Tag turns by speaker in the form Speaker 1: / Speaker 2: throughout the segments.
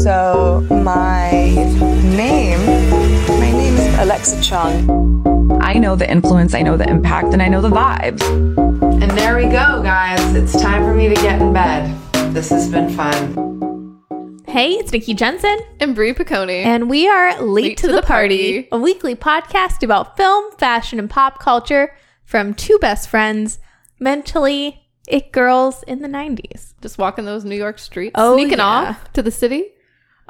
Speaker 1: So my name, my name is Alexa Chung.
Speaker 2: I know the influence, I know the impact, and I know the vibes.
Speaker 3: And there we go, guys. It's time for me to get in bed. This has been fun.
Speaker 4: Hey, it's Nikki Jensen,
Speaker 5: and Brie Piccone.
Speaker 4: and we are Late, to, the, party, a weekly podcast about film, fashion, and pop culture from two best friends, mentally it girls in the 90s.
Speaker 5: just walking those New York streets,
Speaker 4: Oh,
Speaker 5: sneaking
Speaker 4: yeah.
Speaker 5: off to the city.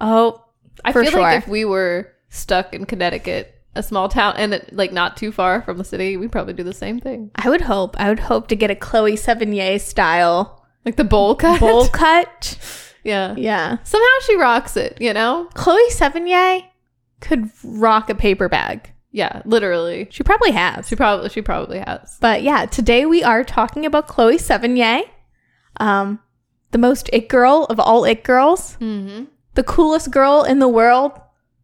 Speaker 4: Oh,
Speaker 5: I
Speaker 4: For
Speaker 5: feel
Speaker 4: sure.
Speaker 5: like if we were stuck in Connecticut, a small town, and it, like not too far from the city, we'd probably do the same thing.
Speaker 4: I would hope. I would hope to get a Chloe Sevigny style
Speaker 5: Like the bowl cut.
Speaker 4: bowl cut.
Speaker 5: yeah.
Speaker 4: Yeah.
Speaker 5: Somehow she rocks it, you know?
Speaker 4: Chloe Sevigny could rock a paper bag.
Speaker 5: Yeah, literally.
Speaker 4: She probably has.
Speaker 5: She probably she probably has.
Speaker 4: But yeah, today we are talking about Chloe Sevigny, um, the most it girl of all it girls,
Speaker 5: Mm-hmm.
Speaker 4: the coolest girl in the world,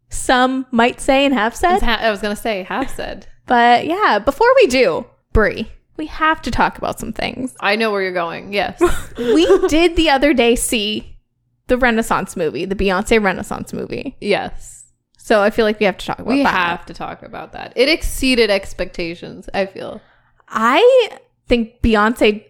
Speaker 4: some might say and have said.
Speaker 5: I was gonna say half said.
Speaker 4: But yeah, before we do, Brie, we have to talk about some things.
Speaker 5: I know where you're going. Yes.
Speaker 4: We did the other day see the Renaissance movie, the Beyonce Renaissance movie.
Speaker 5: yes.
Speaker 4: So I feel like we have to talk about
Speaker 5: We
Speaker 4: that.
Speaker 5: have to talk about that. It exceeded expectations, I feel.
Speaker 4: I think Beyonce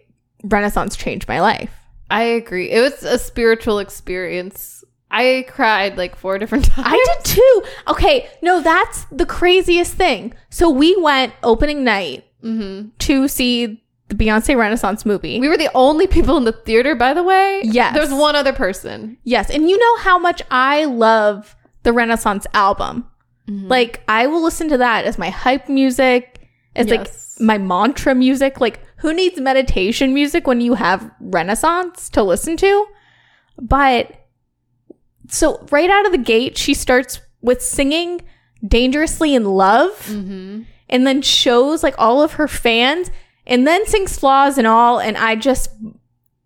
Speaker 4: Renaissance changed my life.
Speaker 5: I agree. It was a spiritual experience. I cried like four different times.
Speaker 4: I did too. Okay, no, that's the craziest thing. So we went opening night
Speaker 5: Mhm.
Speaker 4: to see the Beyonce Renaissance movie.
Speaker 5: We were the only people in the theater, by the way.
Speaker 4: Yes.
Speaker 5: There's one other person.
Speaker 4: yes, and you know how much I love the Renaissance album. Like I will listen to that as my hype music. It's
Speaker 5: Yes.
Speaker 4: like my mantra music. Like who needs meditation music when you have Renaissance to listen to? But so right out of the gate, she starts with singing "Dangerously in Love."
Speaker 5: Mm-hmm.
Speaker 4: and then shows like all of her fans and then sings flaws and all and i just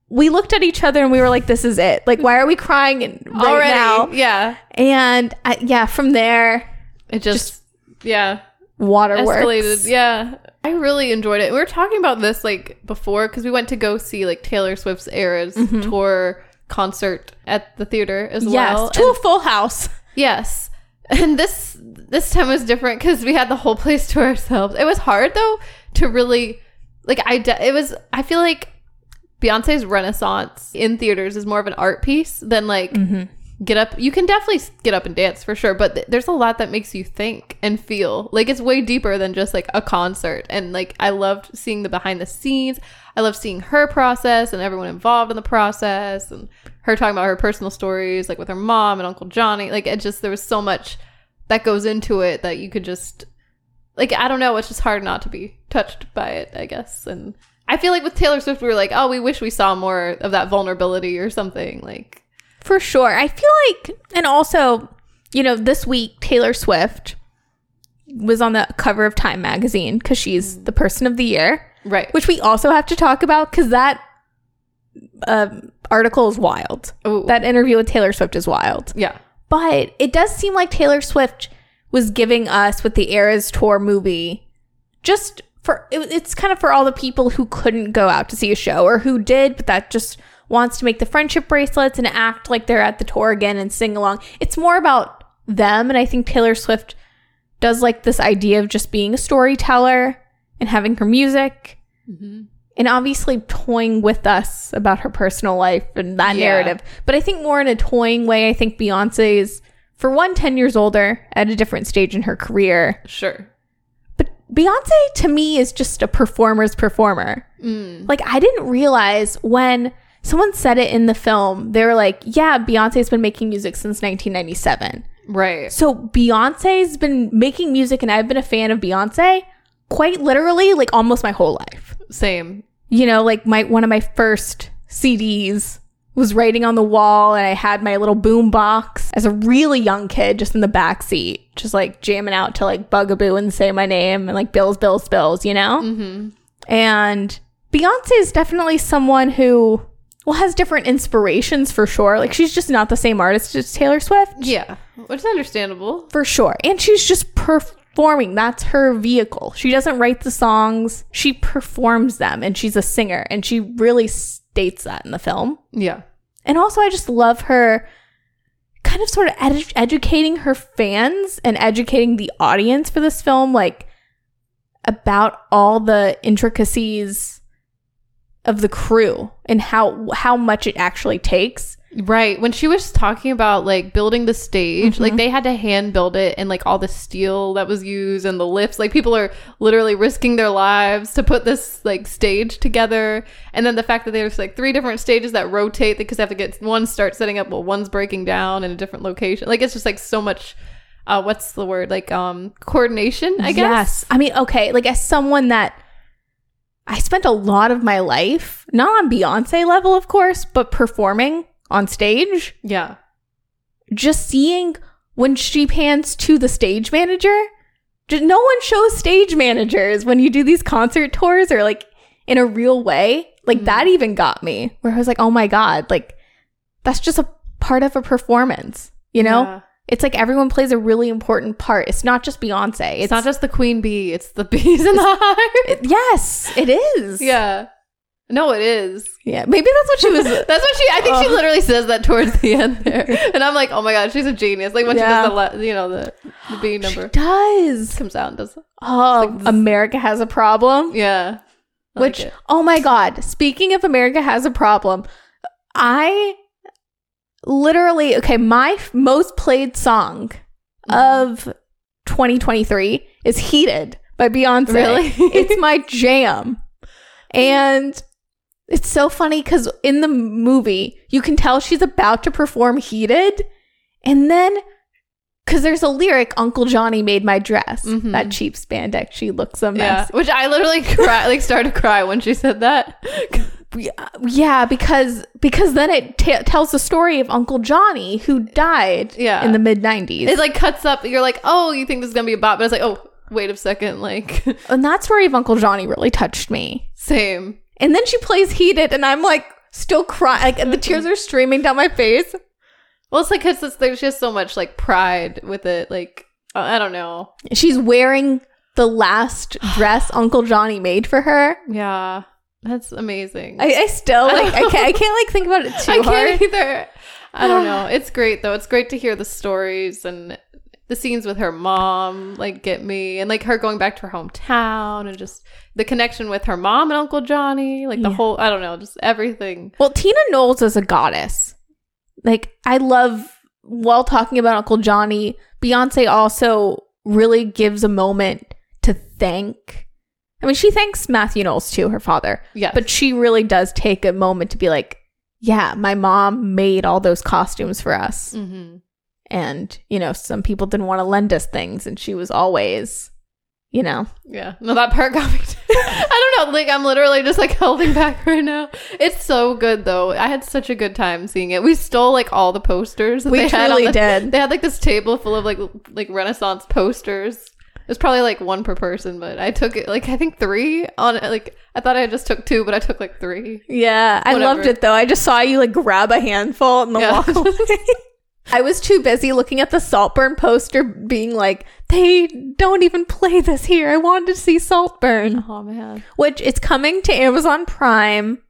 Speaker 4: we looked at each other and we were like this is it like why are we crying in- right
Speaker 5: Already.
Speaker 4: now
Speaker 5: Yeah.
Speaker 4: and I, yeah from there
Speaker 5: It just, yeah.
Speaker 4: waterworks
Speaker 5: Escalated. Yeah. I really enjoyed it. We were talking about this like before because we went to go see like Taylor Swift's Eras tour concert at the theater as
Speaker 4: Mm-hmm. yes
Speaker 5: well.
Speaker 4: to a full house
Speaker 5: Yes. And this this time was different because we had the whole place to ourselves. It was hard though to really like I de- it was I feel like Beyonce's Renaissance in theaters is more of an art piece than like get up. You can definitely s- get up and dance for sure, but th- there's a lot that makes you think and feel. Like it's way deeper than just like a concert. And like I loved seeing the behind the scenes. I loved seeing her process and everyone involved in the process and her talking about her personal stories, like with her mom and Uncle Johnny. Like it just there was so much that goes into it that you could just like I don't know, it's just hard not to be touched by it, I guess. And I feel like with Taylor Swift, we were like, oh, we wish we saw more of that vulnerability or something. Like,
Speaker 4: for sure i feel like and also you know this week taylor swift was on the cover of time magazine because she's the person of the year
Speaker 5: right?
Speaker 4: which we also have to talk about because that um, article is wild.
Speaker 5: Ooh.
Speaker 4: That interview with Taylor Swift is wild.
Speaker 5: yeah,
Speaker 4: But it does seem like Taylor Swift was giving us with the Eras Tour movie just for it, it's kind of for all the people who couldn't go out to see a show or who did, but that just wants to make the friendship bracelets and act like they're at the tour again and sing along. It's more about them. And I think Taylor Swift does like this idea of just being a storyteller and having her music and obviously toying with us about her personal life and that
Speaker 5: Yeah.
Speaker 4: narrative. But I think more in a toying way, I think Beyonce is, for one, 10 years older at a different stage in her career.
Speaker 5: sure.
Speaker 4: But Beyonce to me is just a performer's performer. Like, I didn't realize when someone said it in the film, they were like, yeah, Beyonce's been making music since 1997.
Speaker 5: Right.
Speaker 4: So Beyonce's been making music, and I've been a fan of Beyonce quite literally, like almost my whole life.
Speaker 5: Same.
Speaker 4: You know, like my one of my first CDs was writing on the wall, and I had my little boom box as a really young kid, just in the back seat, just like jamming out to like Bugaboo and Say My Name and like Bills, Bills, Bills. You know,
Speaker 5: Mm-hmm.
Speaker 4: and Beyonce is definitely someone who. Well, has different inspirations for sure. Like she's just not the same artist as Taylor Swift
Speaker 5: Yeah, which is understandable.
Speaker 4: for sure. And she's just performing. That's her vehicle. She doesn't write the songs, she performs them, and she's a singer. And she really states that in the film.
Speaker 5: Yeah.
Speaker 4: And also, I just love her kind kind of sort of edu- educating her fans and educating the audience for this film, like about all the intricacies of the crew and how how much it actually takes.
Speaker 5: Right. When she was talking about like building the stage, like they had to hand build it and like all the steel that was used and the lifts, like people are literally risking their lives to put this like stage together. And then the fact that there's like three different stages that rotate because they have to get one start setting up, well, one's breaking down in a different location. Like it's just like so much. Uh, what's the word? Like um coordination, I guess.
Speaker 4: I mean, okay, like as someone that I spent a lot of my life, not on Beyonce level, of course, but performing on stage,
Speaker 5: Yeah.
Speaker 4: just seeing when she pans to the stage manager. ju- No one shows stage managers when you do these concert tours or like in a real way. Like
Speaker 5: Mm.
Speaker 4: that even got me where I was like, oh my God, like that's just a part of a performance, you know?
Speaker 5: Yeah.
Speaker 4: It's like everyone plays a really important part. It's not just Beyonce. It's,
Speaker 5: It's, not just the queen bee, it's the bees in the hive.
Speaker 4: Yes, it is.
Speaker 5: yeah. No, it is.
Speaker 4: Yeah. Maybe that's what she was. Oh,
Speaker 5: That's what she. I think she literally says that towards the end there, and I'm like, oh my god, she's a genius. Like when
Speaker 4: Yeah.
Speaker 5: she does the le- you know the the B number
Speaker 4: does.
Speaker 5: comes out and does
Speaker 4: Oh, America has a problem.
Speaker 5: yeah, I like
Speaker 4: Which,
Speaker 5: it.
Speaker 4: oh my God. Speaking of America has a problem, I literally, okay, my f- most played song
Speaker 5: Mm-hmm.
Speaker 4: of 2023 is Heated by Beyonce.
Speaker 5: Really?
Speaker 4: it's my jam. And it's so funny because in the movie, you can tell she's about to perform Heated. And then, because there's a lyric, Uncle Johnny made my dress.
Speaker 5: Mhm.
Speaker 4: That cheap spandex, she looks a
Speaker 5: yeah.
Speaker 4: mess.
Speaker 5: Which I literally cry, like started to cry when she said that.
Speaker 4: Yeah, yeah because because then it ta tells the story of Uncle Johnny who died
Speaker 5: Yeah.
Speaker 4: in the mid 90s.
Speaker 5: It like cuts up. You're like, oh, you think this is gonna be a bop, but it's like, oh, wait a second, like
Speaker 4: and that story of Uncle Johnny really touched me.
Speaker 5: same.
Speaker 4: And then she plays Heated, and I'm like still crying. Like the tears are streaming down my face.
Speaker 5: Well, it's like because there's just so much like pride with it. Like uh, I don't know.
Speaker 4: She's wearing the last dress Uncle Johnny made for her.
Speaker 5: Yeah, that's amazing.
Speaker 4: I, I still like I can't I can't like think about it too
Speaker 5: I
Speaker 4: hard.
Speaker 5: can't either. I don't know. It's great though. It's great to hear the stories and the scenes with her mom, like get me, and like her going back to her hometown and just the connection with her mom and Uncle Johnny, like the whole I don't know, just everything.
Speaker 4: Well, Tina Knowles is a goddess. Like I love while talking about Uncle Johnny, Beyonce also really gives a moment to thank. I mean, she thanks Matthew Knowles too, her father.
Speaker 5: Yes.
Speaker 4: But she really does take a moment to be like, yeah, my mom made all those costumes for us.
Speaker 5: Mm-hmm.
Speaker 4: And, you know, some people didn't want to lend us things. And she was always, you know,
Speaker 5: Yeah. No, that part got me. too. I don't know. Like I'm literally just like holding back right now. It's so good though. I had such a good time seeing it. We stole like all the posters. That
Speaker 4: We
Speaker 5: they had on
Speaker 4: truly
Speaker 5: the-
Speaker 4: did.
Speaker 5: They had like this table full of like l- like Renaissance posters. It's probably like one per person, but I took it like I think three on like I thought I just took two, but I took like three.
Speaker 4: Yeah, I
Speaker 5: Whatever.
Speaker 4: loved it though. I just saw you like grab a handful and then
Speaker 5: Yeah.
Speaker 4: walk away. I was too busy looking at the Saltburn poster, being like, they don't even play this here. I wanted to see Saltburn,
Speaker 5: Oh man.
Speaker 4: which it's coming to Amazon Prime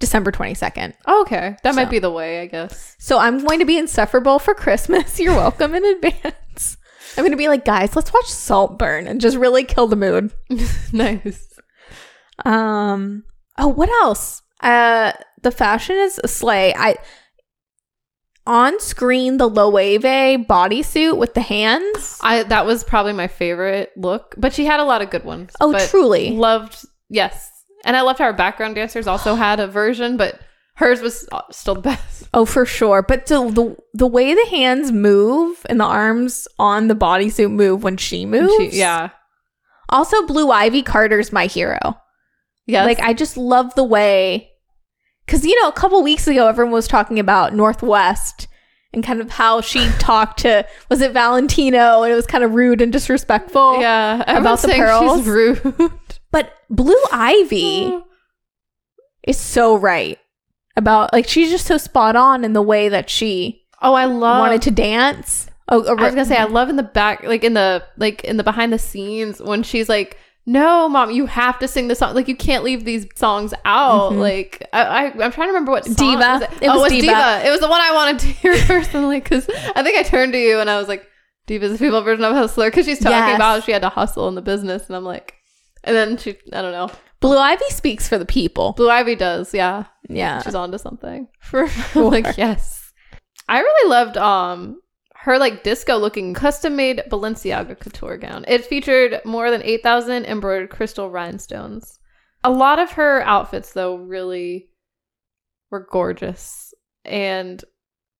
Speaker 4: December 22nd.
Speaker 5: Oh, okay, that might be the way, I guess.
Speaker 4: So I'm going to be insufferable for Christmas. You're welcome in advance. I'm going to be like, guys, let's watch Saltburn and just really kill the mood.
Speaker 5: nice.
Speaker 4: Um. Oh, what else? Uh, the fashion is a sleigh. I on screen the Loewe bodysuit with the hands.
Speaker 5: I that was probably my favorite look, but she had a lot of good ones.
Speaker 4: Oh,
Speaker 5: but
Speaker 4: truly.
Speaker 5: loved yes, and I loved how our background dancers also had a version, but hers was uh, still the best.
Speaker 4: Oh, for sure. But the the, the way the hands move and the arms on the bodysuit move when she moves.
Speaker 5: She- yeah,
Speaker 4: Also, Blue Ivy Carter's my hero.
Speaker 5: yeah,
Speaker 4: Like I just love the way cuz you know a couple weeks ago everyone was talking about Northwest and kind of how she talked to was it Valentino and it was kind of rude and disrespectful.
Speaker 5: yeah.
Speaker 4: about
Speaker 5: Everyone's
Speaker 4: the
Speaker 5: saying
Speaker 4: pearls.
Speaker 5: she's rude.
Speaker 4: But Blue Ivy is so right about like she's just so spot on in the way that she
Speaker 5: Oh, I love.
Speaker 4: wanted to dance. Oh,
Speaker 5: I was gonna say I love in the back, like in the like in the behind the scenes when she's like no, mom, you have to sing the song. Like you can't leave these songs out. Like I, I, I'm trying to remember what song
Speaker 4: Mm-hmm. Diva.
Speaker 5: Was it?
Speaker 4: It
Speaker 5: oh,
Speaker 4: was
Speaker 5: it was
Speaker 4: Diva.
Speaker 5: Diva. It was the one I wanted to hear personally because I think I turned to you and I was like, Diva's the female version of Hustler because she's talking
Speaker 4: Yes.
Speaker 5: about how she had to hustle in the business, and I'm like, and then she, I don't know,
Speaker 4: Blue Ivy speaks for the people.
Speaker 5: Blue Ivy does, yeah,
Speaker 4: Yeah.
Speaker 5: she's onto something. For I'm like yes, I really loved um her like disco looking custom made Balenciaga couture gown. It featured more than eight thousand embroidered crystal rhinestones. A lot of her outfits though really were gorgeous and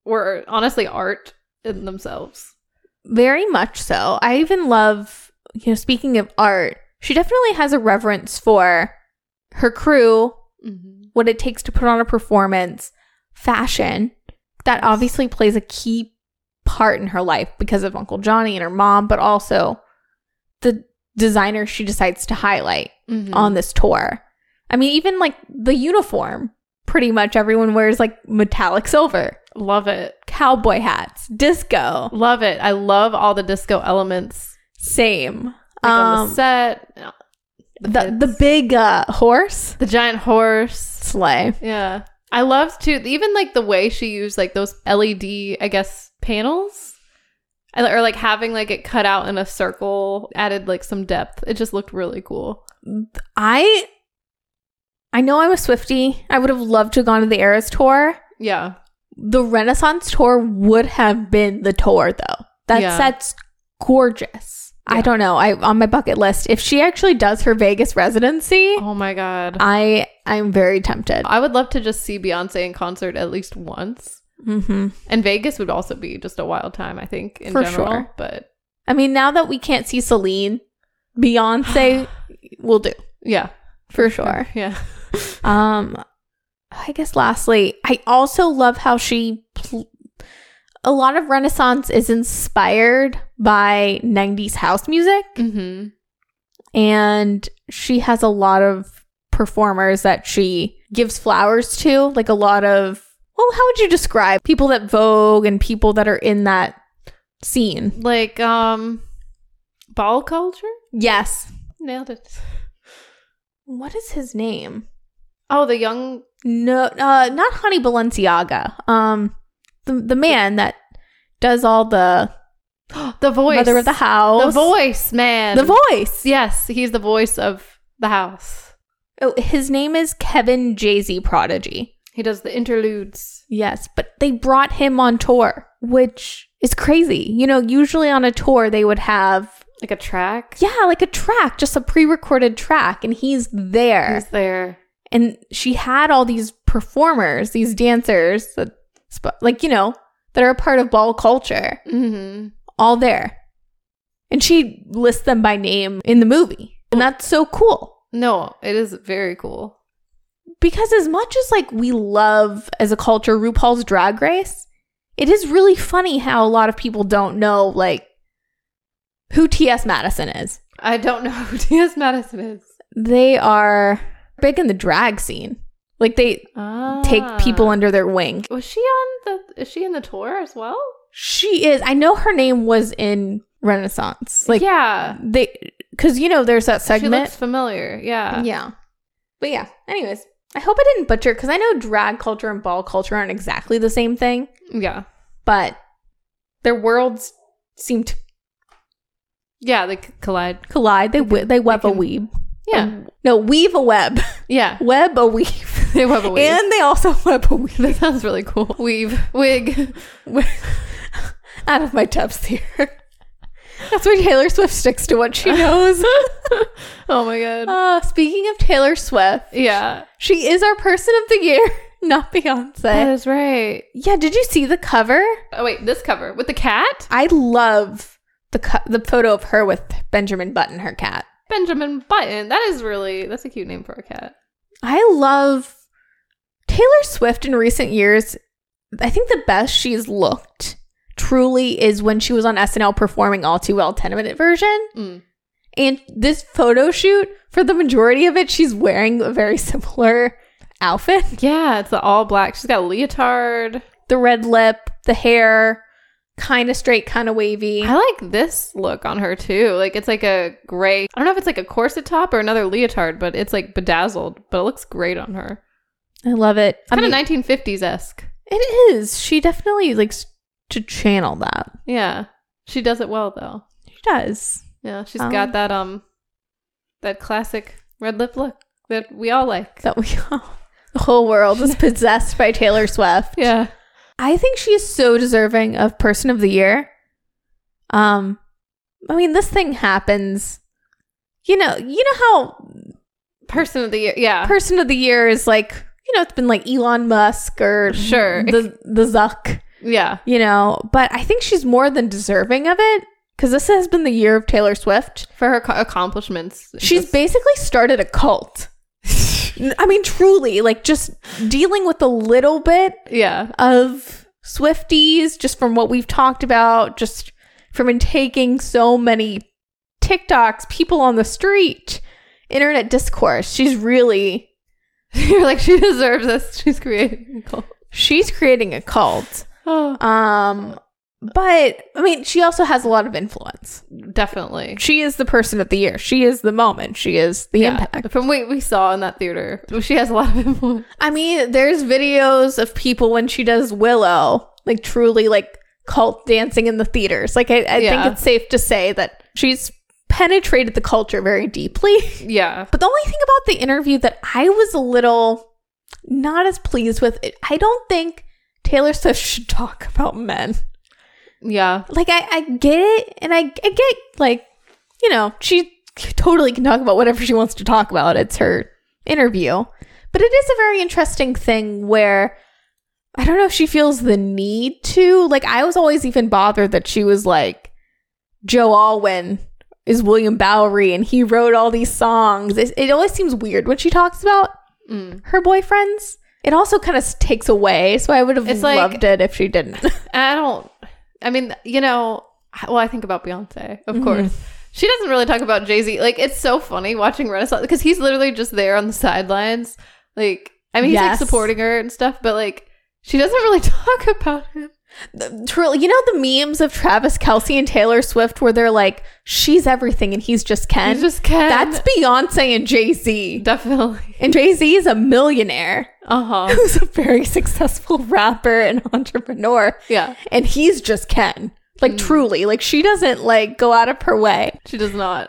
Speaker 5: were honestly art in themselves.
Speaker 4: Very much so. I even love, you know, speaking of art, she definitely has a reverence for her crew, what it takes to put on a performance, fashion. That obviously plays a key part in her life because of Uncle Johnny and her mom, but also the designer she decides to highlight
Speaker 5: Mm-hmm. Mm.
Speaker 4: on this tour. I mean, even like the uniform, pretty much everyone wears like metallic silver,
Speaker 5: Love it.
Speaker 4: cowboy hats, disco.
Speaker 5: Love it. I love all the disco elements
Speaker 4: Same.
Speaker 5: like, on
Speaker 4: um,
Speaker 5: the set.
Speaker 4: the, the big uh, horse
Speaker 5: the giant horse.
Speaker 4: sleigh.
Speaker 5: Yeah. I loved too even like the way she used like those LED, I guess, panels. And- Or like having like it cut out in a circle added like some depth. It just looked really cool.
Speaker 4: I I know I'm a Swifty. I would have loved to have gone to the Eras tour.
Speaker 5: Yeah.
Speaker 4: The Renaissance tour would have been the tour though. That
Speaker 5: Yeah.
Speaker 4: set's gorgeous. I don't know. I on my bucket list. If she actually does her Vegas residency,
Speaker 5: Oh my god.
Speaker 4: I I'm very tempted.
Speaker 5: I would love to just see Beyonce in concert at least once.
Speaker 4: mm-hmm.
Speaker 5: And Vegas would also be just a wild time, I think, in
Speaker 4: For
Speaker 5: general.
Speaker 4: sure.
Speaker 5: But
Speaker 4: I mean, now that we can't see Celine, Beyonce will do
Speaker 5: yeah.
Speaker 4: for sure.
Speaker 5: Yeah.
Speaker 4: Um, I guess lastly, I also love how she. Pl- a lot of Renaissance is inspired by 90s house music,
Speaker 5: hmm
Speaker 4: and she has a lot of performers that she gives flowers to, like a lot of, well, how would you describe people that Vogue and people that are in that scene?
Speaker 5: Like um ball culture?
Speaker 4: Yes.
Speaker 5: Nailed it.
Speaker 4: What is his name?
Speaker 5: Oh, the young
Speaker 4: No, uh, not Honey Balenciaga. Um, the the man that does all the
Speaker 5: the voice.
Speaker 4: mother of the house,
Speaker 5: The voice, man.
Speaker 4: the voice.
Speaker 5: Yes, he's the voice of the house.
Speaker 4: Oh, his name is Kevin Jay Z Prodigy.
Speaker 5: He does the interludes.
Speaker 4: Yes, but they brought him on tour, which is crazy. You know, usually on a tour they would have
Speaker 5: Like a track.
Speaker 4: yeah, like a track, just a pre-recorded track, and he's there.
Speaker 5: He's there.
Speaker 4: and she had all these performers, these dancers that, sp- like you know, that are a part of ball culture.
Speaker 5: hmm
Speaker 4: all there. And she lists them by name in the movie. And that's so cool.
Speaker 5: No, it is very cool.
Speaker 4: Because as much as like we love as a culture RuPaul's drag race, it is really funny how a lot of people don't know like who TS Madison is.
Speaker 5: I don't know who T.S. Madison is.
Speaker 4: They are big in the drag scene. Like they take
Speaker 5: Ah.
Speaker 4: people under their wing.
Speaker 5: Was she on the? Is she in the tour as well?
Speaker 4: She is I know her name was in Renaissance. Like
Speaker 5: yeah,
Speaker 4: they cuz you know there's that segment
Speaker 5: she looks familiar. Yeah,
Speaker 4: Yeah. But yeah, anyways, I hope I didn't butcher because I know drag culture and ball culture aren't exactly the same thing,
Speaker 5: yeah,
Speaker 4: but their worlds seem to
Speaker 5: yeah. They c- collide.
Speaker 4: collide. They we- they web a weave.
Speaker 5: Yeah,
Speaker 4: No, weave a web.
Speaker 5: yeah.
Speaker 4: web a weave.
Speaker 5: They web a weave.
Speaker 4: And they also web a
Speaker 5: that
Speaker 4: weave
Speaker 5: sounds really cool. Weave wig.
Speaker 4: out of my depths here. That's where Taylor Swift sticks to what she knows.
Speaker 5: Oh my god.
Speaker 4: uh, speaking of Taylor Swift,
Speaker 5: yeah,
Speaker 4: she is our person of the year, not
Speaker 5: that
Speaker 4: Beyonce.
Speaker 5: is right.
Speaker 4: Yeah, did you see the cover?
Speaker 5: Oh wait, this cover with the cat.
Speaker 4: I love the cu- the photo of her with Benjamin Button, her cat.
Speaker 5: Benjamin Button. That is really that's a cute name for a cat.
Speaker 4: I love Taylor Swift in recent years. I think the best she's looked truly is when she was on SNL performing All Too Well 10 minute version.
Speaker 5: Mm.
Speaker 4: And this photo shoot, for the majority of it, she's wearing a very similar outfit
Speaker 5: Yeah, it's the all black. She's got a leotard.
Speaker 4: the red lip, the hair, kind of straight, kind of wavy.
Speaker 5: I like this look on her too. Like it's like a gray. I don't know if it's like a corset top or another leotard, but it's like bedazzled. But it looks great on her.
Speaker 4: I love it. I
Speaker 5: Kind of
Speaker 4: mean,
Speaker 5: 1950s esque.
Speaker 4: it is. She definitely likes to channel that.
Speaker 5: Yeah, she does it well though.
Speaker 4: She does.
Speaker 5: Yeah, she's
Speaker 4: Um,
Speaker 5: got that um, that classic red lip look that we all like.
Speaker 4: That we all, the whole world is possessed by Taylor Swift.
Speaker 5: Yeah,
Speaker 4: I think she is so deserving of Person of the Year. Um, I mean, this thing happens. You know, you know how
Speaker 5: person of the year. Yeah,
Speaker 4: Person of the Year is like, you know, it's been like Elon Musk or
Speaker 5: Sure.
Speaker 4: the the Zuck,
Speaker 5: yeah.
Speaker 4: you know. But I think she's more than deserving of it because this has been the year of Taylor Swift.
Speaker 5: For her co- accomplishments,
Speaker 4: She's
Speaker 5: Just-
Speaker 4: basically started a cult. I mean, truly, like just dealing with a little bit
Speaker 5: yeah,
Speaker 4: of Swifties, just from what we've talked about, just from taking so many TikToks, people on the street, internet discourse. She's really
Speaker 5: you're like she deserves this. She's creating. a cult.
Speaker 4: she's creating a cult.
Speaker 5: Oh,
Speaker 4: Um but I mean, she also has a lot of influence.
Speaker 5: definitely.
Speaker 4: She is the person of the year. She is the moment. She is the
Speaker 5: Yeah,
Speaker 4: impact.
Speaker 5: from what we saw in that theater, she has a lot of influence.
Speaker 4: I mean, there's videos of people when she does Willow, like truly like cult dancing in the theaters. Like I, I
Speaker 5: Yeah.
Speaker 4: think it's safe to say that she's penetrated the culture very deeply.
Speaker 5: Yeah,
Speaker 4: but the only thing about the interview that I was a little not as pleased with, it, I don't think Taylor Swift should talk about men.
Speaker 5: yeah.
Speaker 4: Like I, I get it, and I, I get like, you know, she totally can talk about whatever she wants to talk about. It's her interview, but it is a very interesting thing where I don't know if she feels the need to. Like I was always even bothered that she was like, Joe Alwyn is William Bowery, and he wrote all these songs. It, it always seems weird when she talks about
Speaker 5: Mm.
Speaker 4: her boyfriends. It also kind of takes away, so I would have
Speaker 5: It's like-
Speaker 4: loved it if she didn't.
Speaker 5: I don't. I mean, you know. Well, I think about Beyonce, of course. She doesn't really talk about Jay Z. Like, it's so funny watching Renaissance because he's literally just there on the sidelines. Like, I mean, he's
Speaker 4: Yes.
Speaker 5: like supporting her and stuff, but like, she doesn't really talk about him.
Speaker 4: truly you know the memes of Travis Kelsey and Taylor Swift where they're like, she's everything and he's just Ken.
Speaker 5: He's just Ken.
Speaker 4: That's Beyonce and Jay Z.
Speaker 5: Definitely.
Speaker 4: And Jay Z is a millionaire
Speaker 5: Uh huh.
Speaker 4: who's a very successful rapper and entrepreneur.
Speaker 5: Yeah.
Speaker 4: And he's just Ken. Like
Speaker 5: Hmm.
Speaker 4: truly. Like she doesn't like go out of her way.
Speaker 5: She does not.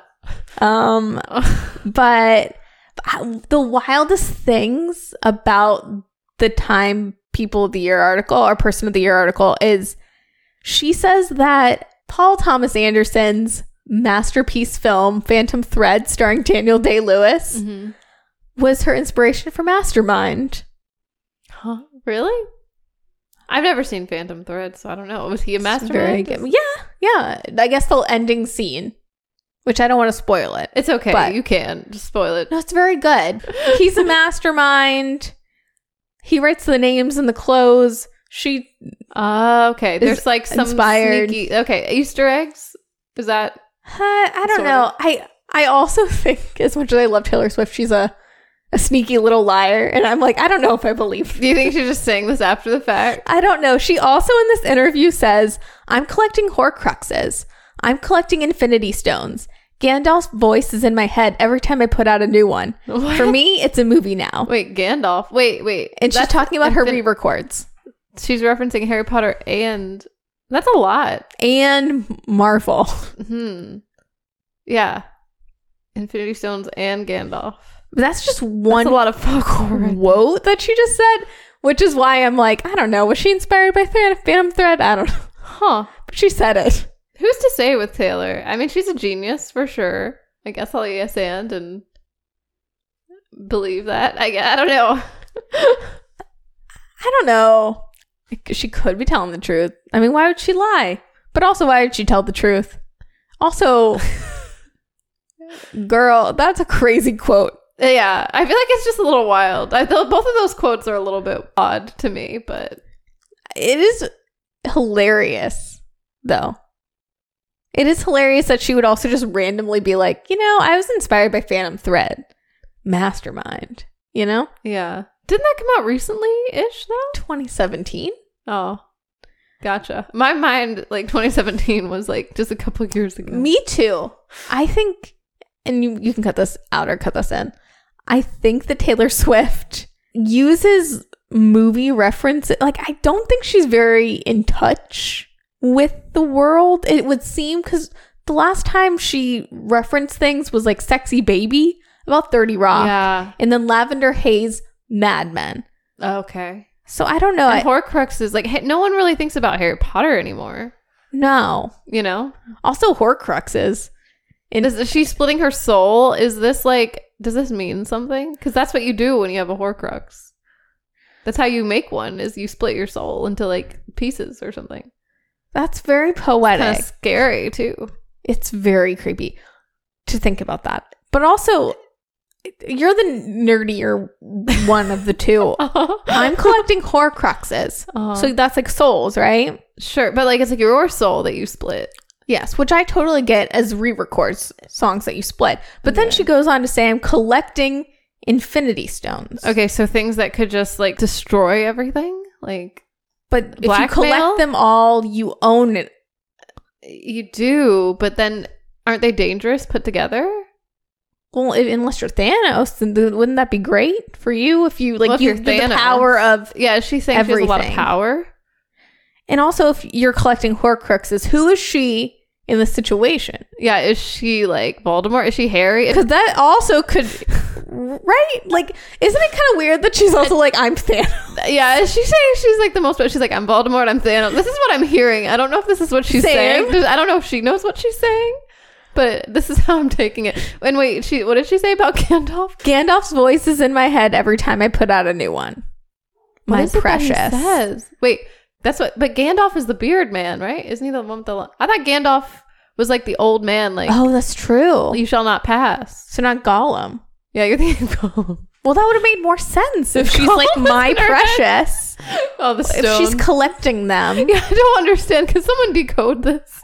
Speaker 4: Um but I- the wildest things about the time people of the year article or person of the year article is she says that Paul Thomas Anderson's masterpiece film Phantom Thread starring Daniel Day-Lewis
Speaker 5: Mm-hmm.
Speaker 4: was her inspiration for Mastermind.
Speaker 5: Huh? Really? I've never seen Phantom Thread, so I don't know. Was he a master?
Speaker 4: Very good. Yeah, yeah. I guess the ending scene, which I don't want to spoil it.
Speaker 5: It's okay.
Speaker 4: But-
Speaker 5: you can. Just spoil it.
Speaker 4: No, it's very good. He's a mastermind. He writes the names and the clothes. She
Speaker 5: Ah, okay. There's like some
Speaker 4: inspired.
Speaker 5: sneaky. Okay, Easter eggs. Is that
Speaker 4: Uh, I don't
Speaker 5: Sort
Speaker 4: know.
Speaker 5: of.
Speaker 4: I I also think as much as I love Taylor Swift, she's a a sneaky little liar, and I'm like, I don't know if I believe.
Speaker 5: Do you think she's just saying this after the fact?
Speaker 4: I don't know. She also in this interview says, "I'm collecting Horcruxes. I'm collecting Infinity Stones. Gandalf's voice is in my head every time I put out a new one. For me, it's a movie now."
Speaker 5: Wait, Gandalf. Wait, wait.
Speaker 4: And she's
Speaker 5: That's
Speaker 4: talking about her
Speaker 5: infin-
Speaker 4: re-records
Speaker 5: She's referencing Harry Potter, and that's a lot.
Speaker 4: and Marvel.
Speaker 5: Hmm. Yeah. Infinity Stones and Gandalf.
Speaker 4: That's just one
Speaker 5: That's a lot of folklore. right?
Speaker 4: quote that she just said, which is why I'm like, I don't know. Was she inspired by Fan- Phantom Thread? I don't know.
Speaker 5: Huh.
Speaker 4: But she said it.
Speaker 5: Who's to say with Taylor? I mean, she's a genius for sure. I guess I'll yes and and believe that. I, gue- I don't know.
Speaker 4: I don't know. She could be telling the truth. I mean, why would she lie? But also, why would she tell the truth? Also, girl, that's a crazy quote.
Speaker 5: Yeah, I feel like it's just a little wild. I, th- both of those quotes are a little bit odd to me, but
Speaker 4: It is hilarious, though. It is hilarious that she would also just randomly be like, you know, I was inspired by Phantom Thread, Mastermind, you know?
Speaker 5: yeah. Didn't that come out recently ish though?
Speaker 4: 2017.
Speaker 5: Oh. Gotcha. My mind, like 2017, was like just a couple of years ago.
Speaker 4: Me too. I think, and you, you can cut this out or cut this in. I think that Taylor Swift uses movie references. Like, I don't think she's very in touch with the world. It would seem because the last time she referenced things was like Sexy Baby, about 30 Rock,
Speaker 5: Yeah.
Speaker 4: and then Lavender Haze, Mad Men.
Speaker 5: Okay.
Speaker 4: So I don't know.
Speaker 5: And
Speaker 4: I,
Speaker 5: Horcruxes, like hey, no one really thinks about Harry Potter anymore.
Speaker 4: no.
Speaker 5: You know,
Speaker 4: Also, Horcruxes.
Speaker 5: and is she splitting her soul? Is this like? Does this mean something? Because that's what you do when you have a Horcrux. That's how you make one. Is you split your soul into like pieces or something.
Speaker 4: That's very
Speaker 5: Kind
Speaker 4: poetic.
Speaker 5: of scary too.
Speaker 4: It's very creepy to think about that. But also, you're the nerdier one of the two.
Speaker 5: Oh.
Speaker 4: I'm collecting horcruxes.
Speaker 5: Uh-huh.
Speaker 4: So that's like souls, right?
Speaker 5: Sure, but like it's like your soul that you split.
Speaker 4: Yes, which I totally get as re records songs that you split. But then she goes on to say, I'm collecting infinity stones.
Speaker 5: Okay, so things that could just like destroy everything, like
Speaker 4: But if you
Speaker 5: Blackmail?
Speaker 4: collect them all, you own it.
Speaker 5: you do, but then aren't they dangerous put together?
Speaker 4: Well, i unless you're Thanos, then th- wouldn't that be great for you if you like
Speaker 5: Well, if
Speaker 4: you
Speaker 5: you're
Speaker 4: the
Speaker 5: Thanos.
Speaker 4: power of
Speaker 5: Yeah, she's saying she has a lot of
Speaker 4: Everything.
Speaker 5: power.
Speaker 4: And also, if you're collecting Horcruxes, who is she in this situation?
Speaker 5: Yeah, is she like Voldemort? Is she Harry?
Speaker 4: Because that also could, right? Like, isn't it kind of weird that she's also like, I'm Thanos?
Speaker 5: yeah, is she saying she's like the most? She's like, I'm Voldemort. I'm Thanos. This is what I'm hearing. I don't know if this is what she's
Speaker 4: Same.
Speaker 5: saying. Does- I don't know if she knows what she's saying, but this is how I'm taking it. And wait, she what did she say about Gandalf?
Speaker 4: Gandalf's voice is in my head every time I put out a new one.
Speaker 5: What
Speaker 4: My
Speaker 5: is it that he
Speaker 4: precious.
Speaker 5: says? Wait, that's what. But Gandalf is the beard man, right? Isn't he the one with the? Long, I thought Gandalf was like the old man, like
Speaker 4: Oh, that's true.
Speaker 5: you shall not pass.
Speaker 4: So not Gollum.
Speaker 5: Yeah, you're thinking Gollum.
Speaker 4: Well, that would have made more sense if she's like
Speaker 5: Gollum's
Speaker 4: my
Speaker 5: in her head.
Speaker 4: precious.
Speaker 5: Oh, the stone.
Speaker 4: If she's collecting them,
Speaker 5: yeah, I don't understand. Can someone decode this?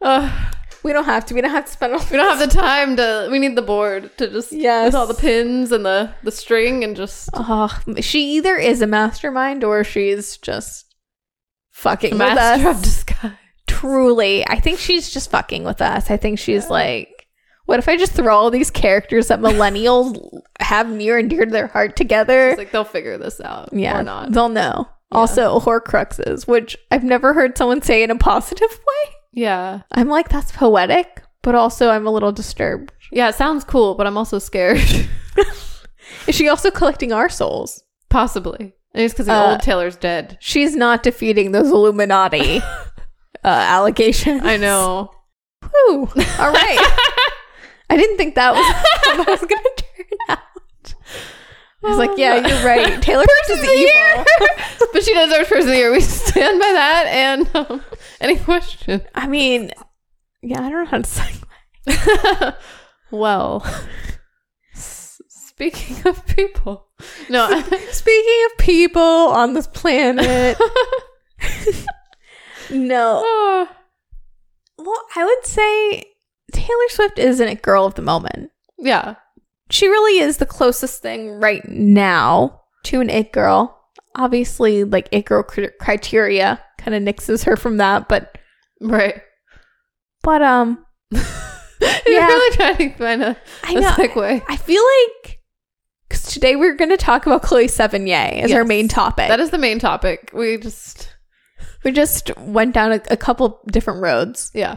Speaker 5: Uh,
Speaker 4: we don't have to. We don't have to spend all.
Speaker 5: we don't have the time to. We need the board to just
Speaker 4: Yes.
Speaker 5: with all the pins and the the string and just
Speaker 4: Oh, she either is a mastermind or she's just fucking with
Speaker 5: master
Speaker 4: us.
Speaker 5: of disguise.
Speaker 4: Truly, I think she's just fucking with us. I think she's like, what if I just throw all these characters that millennials have near and dear to their heart together?
Speaker 5: It's like they'll figure this out.
Speaker 4: yeah,
Speaker 5: or not.
Speaker 4: they'll know. Also, Horcruxes, which I've never heard someone say in a positive way.
Speaker 5: yeah,
Speaker 4: I'm like, that's poetic, but also I'm a little disturbed.
Speaker 5: yeah. It sounds cool, but I'm also scared.
Speaker 4: Is she also collecting our souls?
Speaker 5: Possibly. And it's because
Speaker 4: Uh,
Speaker 5: old Taylor's dead.
Speaker 4: She's not defeating those Illuminati uh, allegations.
Speaker 5: I know.
Speaker 4: Whew. All right. I didn't think that was how that was going to turn out. I was like, yeah, you're right. Taylor Swift is evil.
Speaker 5: but she deserves Person of the Year. We stand by that. And um, any question?
Speaker 4: I mean, yeah, I don't know how to say
Speaker 5: well, s- speaking of people, no, I-
Speaker 4: Speaking of people on this planet. no.
Speaker 5: oh,
Speaker 4: Well, I would say Taylor Swift isn't a girl of the moment.
Speaker 5: yeah,
Speaker 4: she really is the closest thing right now to an it girl. Obviously, like it girl cr- criteria kind of nixes her from that, but
Speaker 5: right.
Speaker 4: but um,
Speaker 5: You're
Speaker 4: Yeah.
Speaker 5: really trying to find a,
Speaker 4: I
Speaker 5: a
Speaker 4: know.
Speaker 5: segue.
Speaker 4: I feel like because today we're going to talk about Chloe Sevigny as our
Speaker 5: Yes.
Speaker 4: main topic.
Speaker 5: That is the main topic. We just,
Speaker 4: we just went down a, a couple different roads.
Speaker 5: yeah,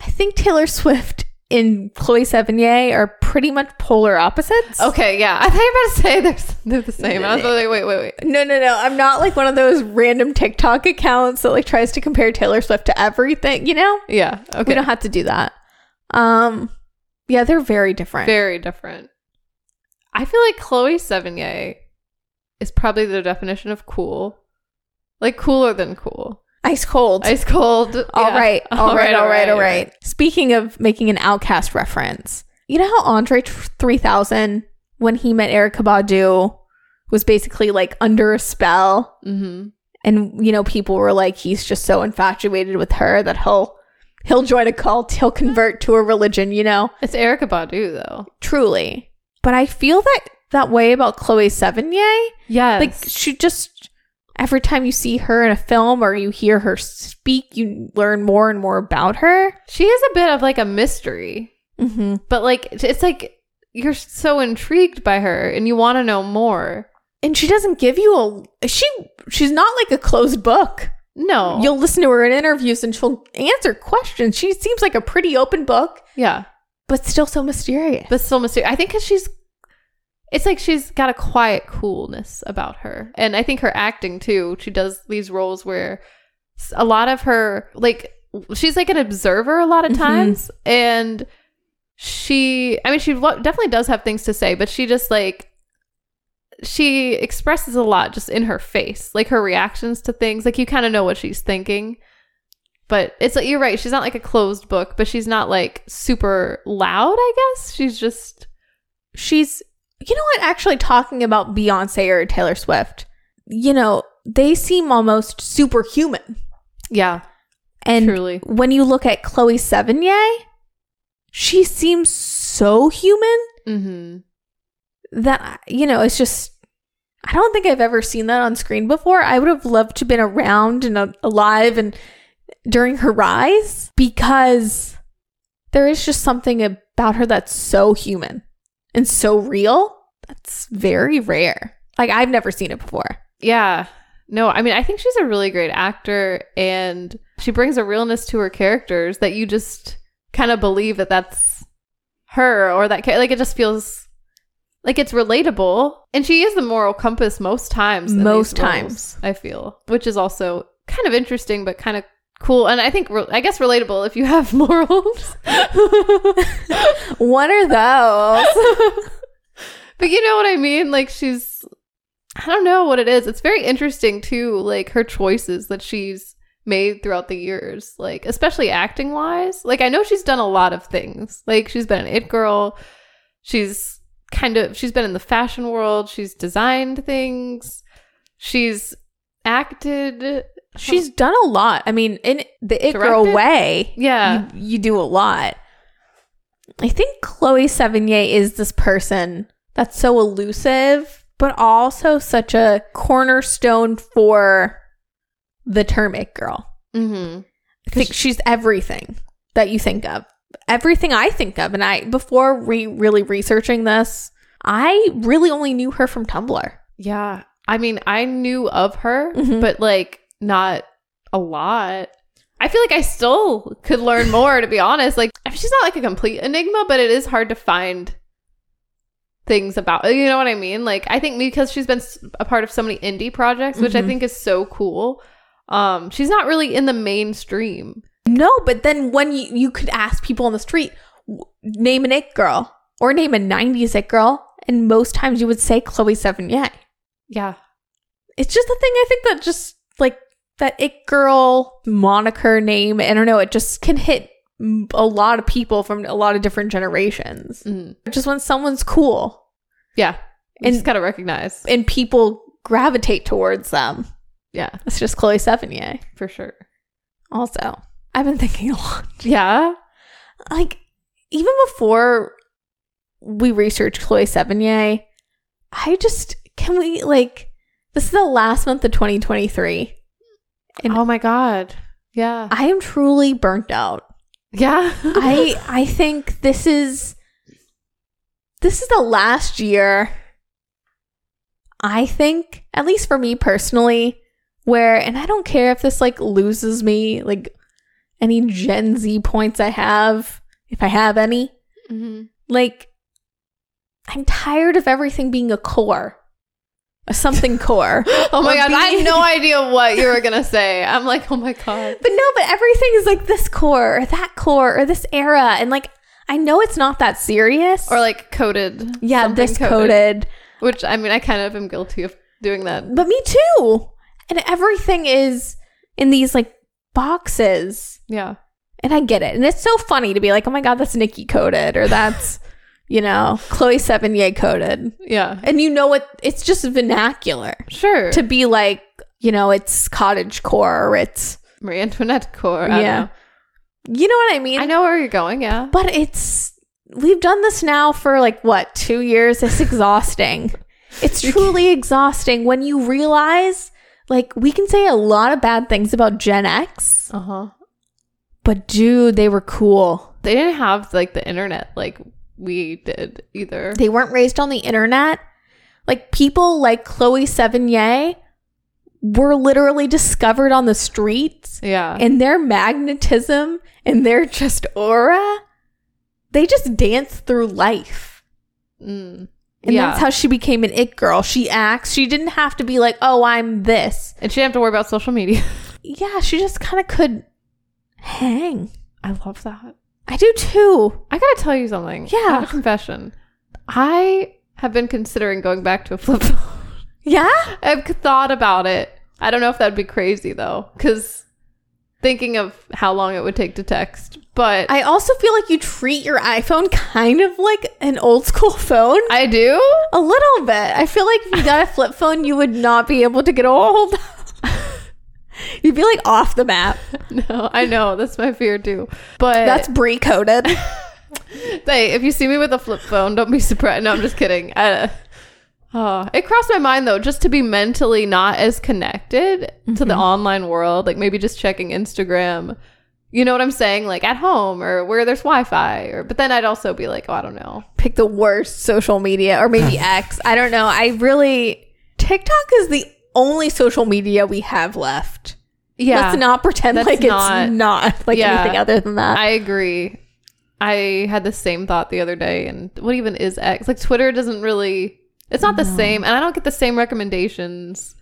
Speaker 4: I think Taylor Swift and Chloe Sevigny are pretty much polar opposites.
Speaker 5: okay, yeah. I thought you were about to say they're, they're the same. I was like, wait, wait, wait.
Speaker 4: No, no, no. I'm not like one of those random TikTok accounts that like tries to compare Taylor Swift to everything, you know?
Speaker 5: Yeah,
Speaker 4: We
Speaker 5: okay.
Speaker 4: don't have to do that. Um, yeah, they're very different.
Speaker 5: Very different. I feel like Chloe Sevigny is probably the definition of cool. Like cooler than cool.
Speaker 4: Ice cold.
Speaker 5: Ice cold.
Speaker 4: All
Speaker 5: yeah.
Speaker 4: right, all right, all right, all right. Speaking of making an outcast reference, you know how Andre tr- 3000, when he met Erica Badu, was basically like under a spell,
Speaker 5: Mm-hmm.
Speaker 4: and you know people were like, he's just so infatuated with her that he'll he'll join a cult, he'll convert to a religion, you know.
Speaker 5: It's Erica Badu though.
Speaker 4: Truly, but I feel that that way about Chloe Sevigny.
Speaker 5: Yeah.
Speaker 4: Like she just every time you see her in a film or you hear her speak, you learn more and more about her.
Speaker 5: She is a bit of like a mystery,
Speaker 4: Mm-hmm.
Speaker 5: but like it's like you're so intrigued by her and you want to know more.
Speaker 4: And she doesn't give you a she. She's not like a closed book.
Speaker 5: No.
Speaker 4: You'll listen to her in interviews and she'll answer questions. She seems like a pretty open book,
Speaker 5: yeah.
Speaker 4: but still so mysterious.
Speaker 5: But still mysterious. I think because she's, it's like she's got a quiet coolness about her, and I think her acting too. She does these roles where s- a lot of her like she's like an observer a lot of times, and she, I mean, she wa- definitely does have things to say, but she just like she expresses a lot just in her face, like her reactions to things. Like you kind of know what she's thinking. But it's like you're right. She's not like a closed book, but she's not like super loud. I guess she's just
Speaker 4: she's you know what actually talking about beyonce or taylor swift you know they seem almost superhuman
Speaker 5: yeah,
Speaker 4: and
Speaker 5: Truly.
Speaker 4: when you look at chloe sevigny she seems so human
Speaker 5: mm-hmm.
Speaker 4: that you know it's just i don't think i've ever seen that on screen before i would have loved to have been around and uh, alive and during her rise because there is just something about her that's so human and so real that's very rare like i've never seen it before
Speaker 5: yeah. No, I mean I think she's a really great actor, and she brings a realness to her characters that you just kind of believe that that's her or that char- like it just feels like it's relatable, and she is the moral compass most times. in these
Speaker 4: Most
Speaker 5: roles,
Speaker 4: times.
Speaker 5: I feel, which is also kind of interesting, but kind of cool, and I think re- I guess relatable if you have morals.
Speaker 4: what are those
Speaker 5: But you know what I mean? Like she's I don't know what it is. It's very interesting too, like her choices that she's made throughout the years, like especially acting wise. Like I know she's done a lot of things. Like she's been an it girl. She's kind of she's been in the fashion world, she's designed things. She's acted.
Speaker 4: she's done a lot i mean in the it girl
Speaker 5: Directed?
Speaker 4: way
Speaker 5: Yeah.
Speaker 4: you, you do a lot i think chloe sevigny is this person that's so elusive but also such a cornerstone for the term it girl
Speaker 5: Mhm.
Speaker 4: i think she's everything that you think of everything i think of and i before re- really researching this i really only knew her from tumblr
Speaker 5: Yeah. I mean, I knew of her,
Speaker 4: Mhm.
Speaker 5: but like not a lot. I feel like I still could learn more, to be honest. Like, I mean, she's not like a complete enigma, but it is hard to find things about. You know what I mean? Like, I think because she's been s- a part of so many indie projects, which I think is so cool. Um, she's not really in the mainstream.
Speaker 4: No, but then when you, you could ask people on the street, w- name an it girl or name a 90s it girl, and most times you would say Chloe Sevigny.
Speaker 5: Yeah.
Speaker 4: It's just a thing I think that just like that it girl moniker name, I don't know, it just can hit m- a lot of people from a lot of different generations.
Speaker 5: Mhm.
Speaker 4: Just when someone's cool
Speaker 5: Yeah. You
Speaker 4: And-
Speaker 5: just gotta recognize.
Speaker 4: and people gravitate towards them.
Speaker 5: Yeah,
Speaker 4: It's just Chloe Sevigny
Speaker 5: for sure.
Speaker 4: also. I've been thinking a lot.
Speaker 5: Yeah.
Speaker 4: like even before we researched Chloe Sevigny, I just can we like this is the last month of 2023. And-
Speaker 5: oh my God. Yeah.
Speaker 4: I am truly burnt out.
Speaker 5: yeah.
Speaker 4: I I think this is this is the last year I think at least for me personally where and I don't care if this like loses me like any Gen Z points I have if I have any
Speaker 5: Mhm.
Speaker 4: like I'm tired of everything being a core. A something core.
Speaker 5: Oh my
Speaker 4: Or
Speaker 5: god, I
Speaker 4: being-
Speaker 5: had no idea what you were gonna say. I'm like, oh my god.
Speaker 4: But no, but everything is like this core or that core or this era. And like I know it's not that serious.
Speaker 5: Or like coded.
Speaker 4: yeah,
Speaker 5: something
Speaker 4: this coded.
Speaker 5: Which I mean I kind of am guilty of doing that.
Speaker 4: But me too. And everything is in these like boxes.
Speaker 5: Yeah.
Speaker 4: And I get it. And it's so funny to be like, oh my God, that's Nikki coded or that's, you know, Chloe Sevigny coded.
Speaker 5: Yeah.
Speaker 4: And you know what? It's just vernacular.
Speaker 5: Sure.
Speaker 4: to be like, you know, it's cottage core or it's,
Speaker 5: Marie Antoinette core. I
Speaker 4: Yeah.
Speaker 5: yeah.
Speaker 4: you know what I mean?
Speaker 5: I know where you're going, yeah.
Speaker 4: But it's, we've done this now for like, what, two years? It's exhausting. it's truly exhausting when you realize, like we can say a lot of bad things about Gen X,
Speaker 5: Uh huh.
Speaker 4: but dude, they were cool.
Speaker 5: They didn't have like the internet like we did either.
Speaker 4: They weren't raised on the internet. Like people like Chloe Sevigny were literally discovered on the streets
Speaker 5: yeah.
Speaker 4: and their magnetism and their just aura, they just dance through life.
Speaker 5: mm.
Speaker 4: And
Speaker 5: yeah.
Speaker 4: that's how she became an it girl. She acts. She didn't have to be like, oh, I'm this.
Speaker 5: and she didn't have to worry about social media.
Speaker 4: Yeah, she just kind of could hang.
Speaker 5: I love that.
Speaker 4: I do too.
Speaker 5: I gotta tell you something. I
Speaker 4: Yeah.
Speaker 5: have a confession. I have been considering going back to a flip phone.
Speaker 4: Yeah?
Speaker 5: I've c- thought about it. I don't know if that'd be crazy though, because thinking of how long it would take to text. But I,
Speaker 4: I also feel like you treat your iPhone kind of like an old school phone.
Speaker 5: do.
Speaker 4: A little bit. I feel like if you got a flip phone, you would not be able to get old. You'd be like off the map.
Speaker 5: No, I know that's my fear too. But
Speaker 4: That's Brie coded.
Speaker 5: Hey, if you see me with a flip phone, don't be surprised. No, I'm just kidding. Uh, uh, it crossed my mind though, just to be mentally not as connected to the online world, like maybe just checking Instagram. You know what I'm saying? Like at home or where there's Wi-Fi, or but then I'd also be like, oh, I don't know.
Speaker 4: pick the worst social media or maybe X. I don't know. I really TikTok is the only social media we have left.
Speaker 5: Yeah,
Speaker 4: Let's not pretend
Speaker 5: That's
Speaker 4: like
Speaker 5: not-
Speaker 4: it's not like
Speaker 5: Yeah.
Speaker 4: anything other than that.
Speaker 5: I agree. I had the same thought the other day, and what even is X? Like Twitter doesn't really. It's not the same, and I don't get the same recommendations.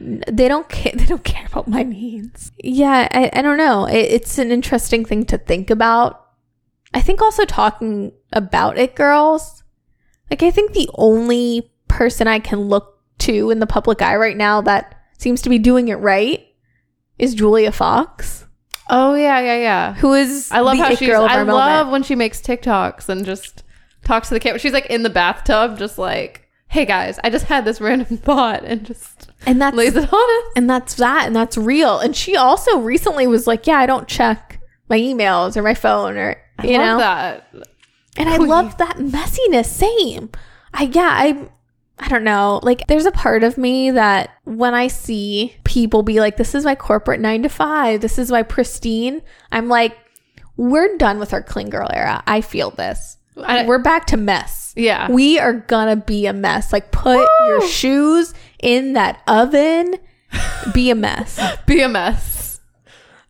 Speaker 4: they don't care. They don't care about my needs. Yeah, I, I don't know. It, it's an interesting thing to think about. I think also talking about it, girls. Like I think the only person I can look to in the public eye right now that seems to be doing it right is Julia Fox.
Speaker 5: Oh yeah, yeah, yeah.
Speaker 4: who is
Speaker 5: I love
Speaker 4: the
Speaker 5: how
Speaker 4: it
Speaker 5: she's.
Speaker 4: girl of
Speaker 5: I
Speaker 4: our
Speaker 5: love
Speaker 4: moment.
Speaker 5: when she makes TikToks and just talks to the camera. She's like in the bathtub, just like, "Hey guys, I just had this random thought," and just
Speaker 4: and that's
Speaker 5: lays it on us.
Speaker 4: and that's that and that's real. And she also recently was like, yeah, I don't check my emails or my phone or you know.
Speaker 5: Love that.
Speaker 4: And I love that messiness. Same. I yeah I I don't know. Like there's a part of me that when I see people be like, this is my corporate nine to five. This is my pristine. I'm like, we're done with our clean girl era. I feel this.
Speaker 5: I-
Speaker 4: we're back to mess.
Speaker 5: Yeah.
Speaker 4: We are gonna be a mess. Like put your shoes in that oven. Be a mess.
Speaker 5: Be a mess.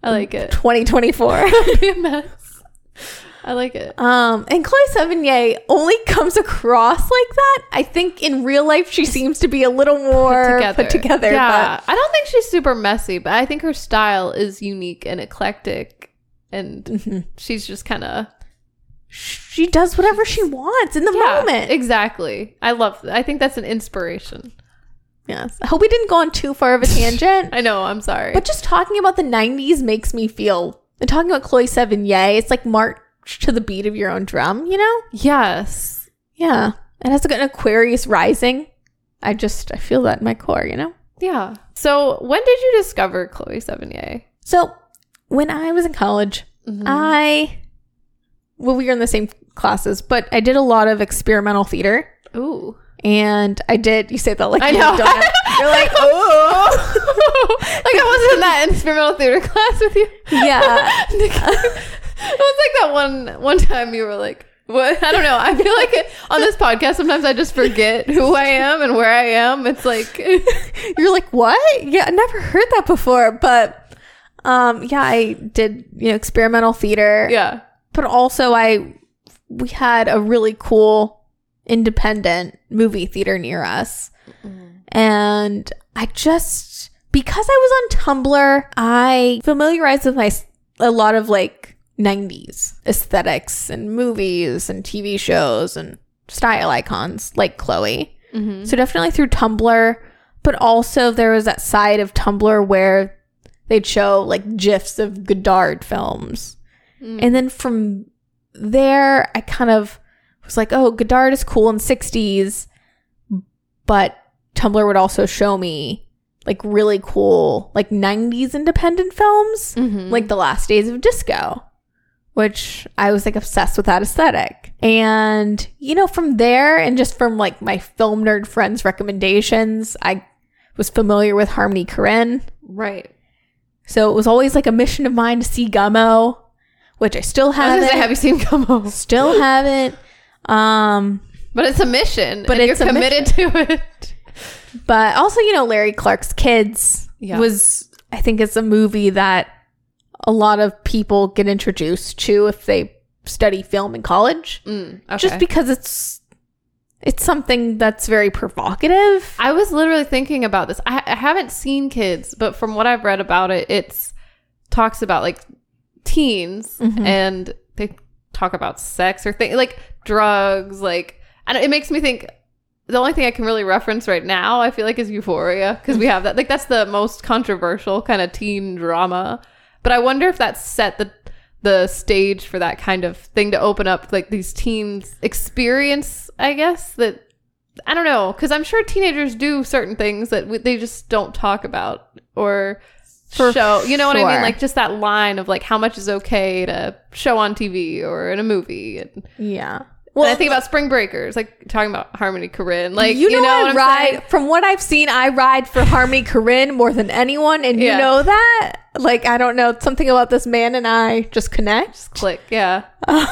Speaker 5: I like it.
Speaker 4: 2024.
Speaker 5: Be a mess. I like it.
Speaker 4: um, and Chloe Sevigny only comes across like that. I think in real life she seems to be a little more put together.
Speaker 5: Yeah.
Speaker 4: but-
Speaker 5: I don't think she's super messy, but I think her style is unique and eclectic, and
Speaker 4: Mm-hmm.
Speaker 5: she's just kind of
Speaker 4: she does whatever she wants in the moment.
Speaker 5: Exactly. I love. I think that's an inspiration.
Speaker 4: yes. I hope we didn't go on too far of a tangent.
Speaker 5: I know. I'm sorry.
Speaker 4: but just talking about the 90s makes me feel. And talking about Chloe Sevigny, it's like march to the beat of your own drum, you know?
Speaker 5: Yes.
Speaker 4: Yeah. It has like an Aquarius rising. I just, I feel that in my core, you know?
Speaker 5: Yeah. So when did you discover Chloe Sevigny?
Speaker 4: So when I was in college,
Speaker 5: Mm-hmm.
Speaker 4: I, well, we were in the same classes, but I did a lot of experimental theater.
Speaker 5: Ooh.
Speaker 4: And I did, you say that like
Speaker 5: I
Speaker 4: you
Speaker 5: know.
Speaker 4: don't know. You're like,
Speaker 5: oh. like I wasn't in that experimental theater class with you.
Speaker 4: yeah.
Speaker 5: it was like that one one time you were like, what? I don't know. I feel like it, on this podcast sometimes I just forget who I am and where I am. It's like
Speaker 4: You're like, what? Yeah, I never heard that before. But um, yeah, I did, you know, experimental theater.
Speaker 5: yeah.
Speaker 4: but also I we had a really cool independent movie theater near us. And I just because I was on Tumblr, I familiarized with my a lot of like 90s aesthetics and movies and TV shows and style icons like Chloe. So definitely through Tumblr, but also there was that side of Tumblr where they'd show like gifs of Godard films. And then from there, I kind of was like, oh, Godard is cool in 60s, but Tumblr would also show me like really cool, like 90s independent films, like The Last Days of Disco, which I was like obsessed with that aesthetic. And, you know, from there and just from like my film nerd friends' recommendations, I was familiar with Harmony Korine.
Speaker 5: Right.
Speaker 4: So it was always like a mission of mine to see Gummo, which I still
Speaker 5: I was
Speaker 4: haven't.
Speaker 5: gonna say, have you seen Come Home?
Speaker 4: still haven't. Um,
Speaker 5: But it's a mission.
Speaker 4: But
Speaker 5: and
Speaker 4: it's
Speaker 5: you're
Speaker 4: a
Speaker 5: committed to it.
Speaker 4: but also, you know, Larry Clark's Kids
Speaker 5: Yeah.
Speaker 4: was, I think, it's a movie that a lot of people get introduced to if they study film in college,
Speaker 5: Mm, okay.
Speaker 4: just because it's it's something that's very provocative.
Speaker 5: I was literally thinking about this. I, I haven't seen kids, but from what I've read about it, it's talks about like teens and they talk about sex or things like drugs. Like, I don't, it makes me think. The only thing I can really reference right now, I feel like, is Euphoria because we have that. Like, that's the most controversial kind of teen drama. But I wonder if that set the the stage for that kind of thing to open up like these teens experience. I guess that I don't know, because I'm sure teenagers do certain things that w- they just don't talk about or
Speaker 4: For
Speaker 5: show. You know what I mean?
Speaker 4: sure.
Speaker 5: Like just that line of like how much is okay to show on TV or in a movie. And, and
Speaker 4: Yeah. Well,
Speaker 5: I think about Spring Breakers, like talking about Harmony Korine. Like
Speaker 4: you know, I
Speaker 5: what I'm
Speaker 4: ride
Speaker 5: saying?
Speaker 4: from what I've seen. I ride for Harmony Korine more than anyone, and
Speaker 5: Yeah.
Speaker 4: you know that. Like I don't know something about this man and I just connect.
Speaker 5: Click, yeah.
Speaker 4: That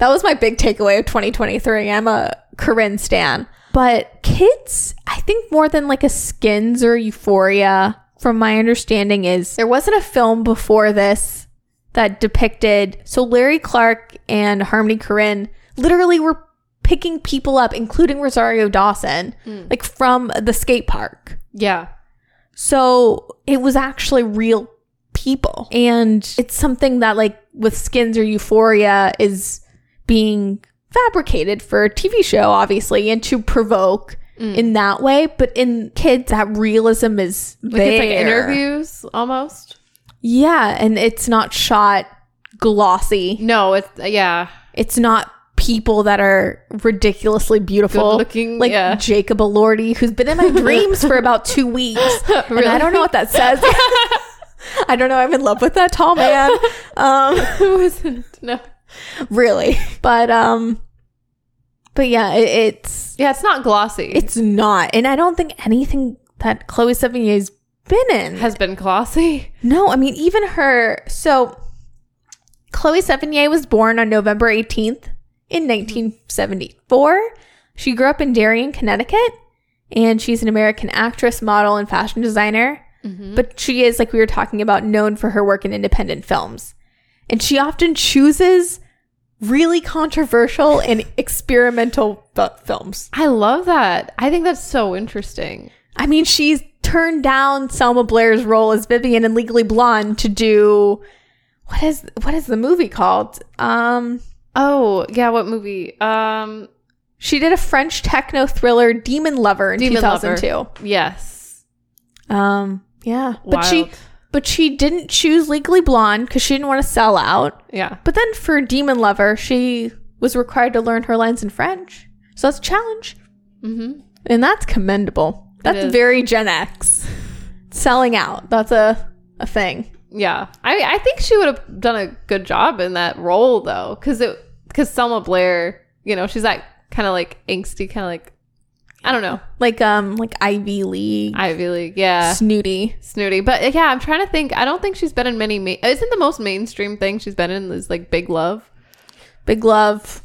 Speaker 4: was my big takeaway of 2023. I'm a Corinne stan. But kids, I think more than like a Skins or Euphoria, from my understanding, is there wasn't a film before this that depicted. So Larry Clark and Harmony Corinne literally were picking people up, including Rosario Dawson, like from the skate park.
Speaker 5: Yeah.
Speaker 4: So it was actually real people. And it's something that, like, with skins or euphoria is being fabricated for a TV show, obviously, and to provoke
Speaker 5: Mm.
Speaker 4: in that way. But in kids, that realism is
Speaker 5: Like
Speaker 4: there.
Speaker 5: it's like interviews almost.
Speaker 4: Yeah. And it's not shot glossy,
Speaker 5: No, it's, uh, yeah.
Speaker 4: it's not people that are ridiculously beautiful
Speaker 5: Good-looking,
Speaker 4: like
Speaker 5: yeah.
Speaker 4: jacob elordi who's been in my dreams for about two weeks and i
Speaker 5: Really?
Speaker 4: don't know what that says i don't know i'm in love with that tall man um
Speaker 5: Who isn't? No.
Speaker 4: really but um but yeah it, it's
Speaker 5: Yeah, it's not glossy. It
Speaker 4: it's not and i don't think anything that chloe sevigny's been in
Speaker 5: has been glossy.
Speaker 4: no, I mean, even her. So, Chloe Sevigny was born on November 18th in 1974. She grew up in Darien, Connecticut, and she's an American actress, model, and fashion designer. But she is, like we were talking about, known for her work in independent films. And she often chooses really controversial and experimental fi- films.
Speaker 5: I love that. I think that's so interesting.
Speaker 4: I mean, she's turned down Selma Blair's role as Vivian in Legally Blonde to do what is what is the movie called? Um,
Speaker 5: Oh, yeah, what movie? Um
Speaker 4: she did a French techno thriller, Demon Lover, in
Speaker 5: Demon
Speaker 4: 2002.
Speaker 5: Lover. Yes.
Speaker 4: Um, yeah, but she
Speaker 5: Wild.
Speaker 4: but she didn't choose Legally Blonde because she didn't want to sell out.
Speaker 5: Yeah.
Speaker 4: But then for Demon Lover, she was required to learn her lines in French, so that's a challenge,
Speaker 5: Mhm.
Speaker 4: and that's commendable. That's
Speaker 5: is.
Speaker 4: very Gen X, selling out. That's a a thing.
Speaker 5: Yeah. I I think she would have done a good job in that role though cuz it cuz Selma Blair, you know, she's that kind of like angsty kind of like I don't know.
Speaker 4: like um like Ivy League
Speaker 5: Ivy League. Yeah.
Speaker 4: snooty.
Speaker 5: Snooty. But yeah, I'm trying to think. I don't think she's been in many ma- Isn't the most mainstream thing she's been in is like Big Love,
Speaker 4: Big love.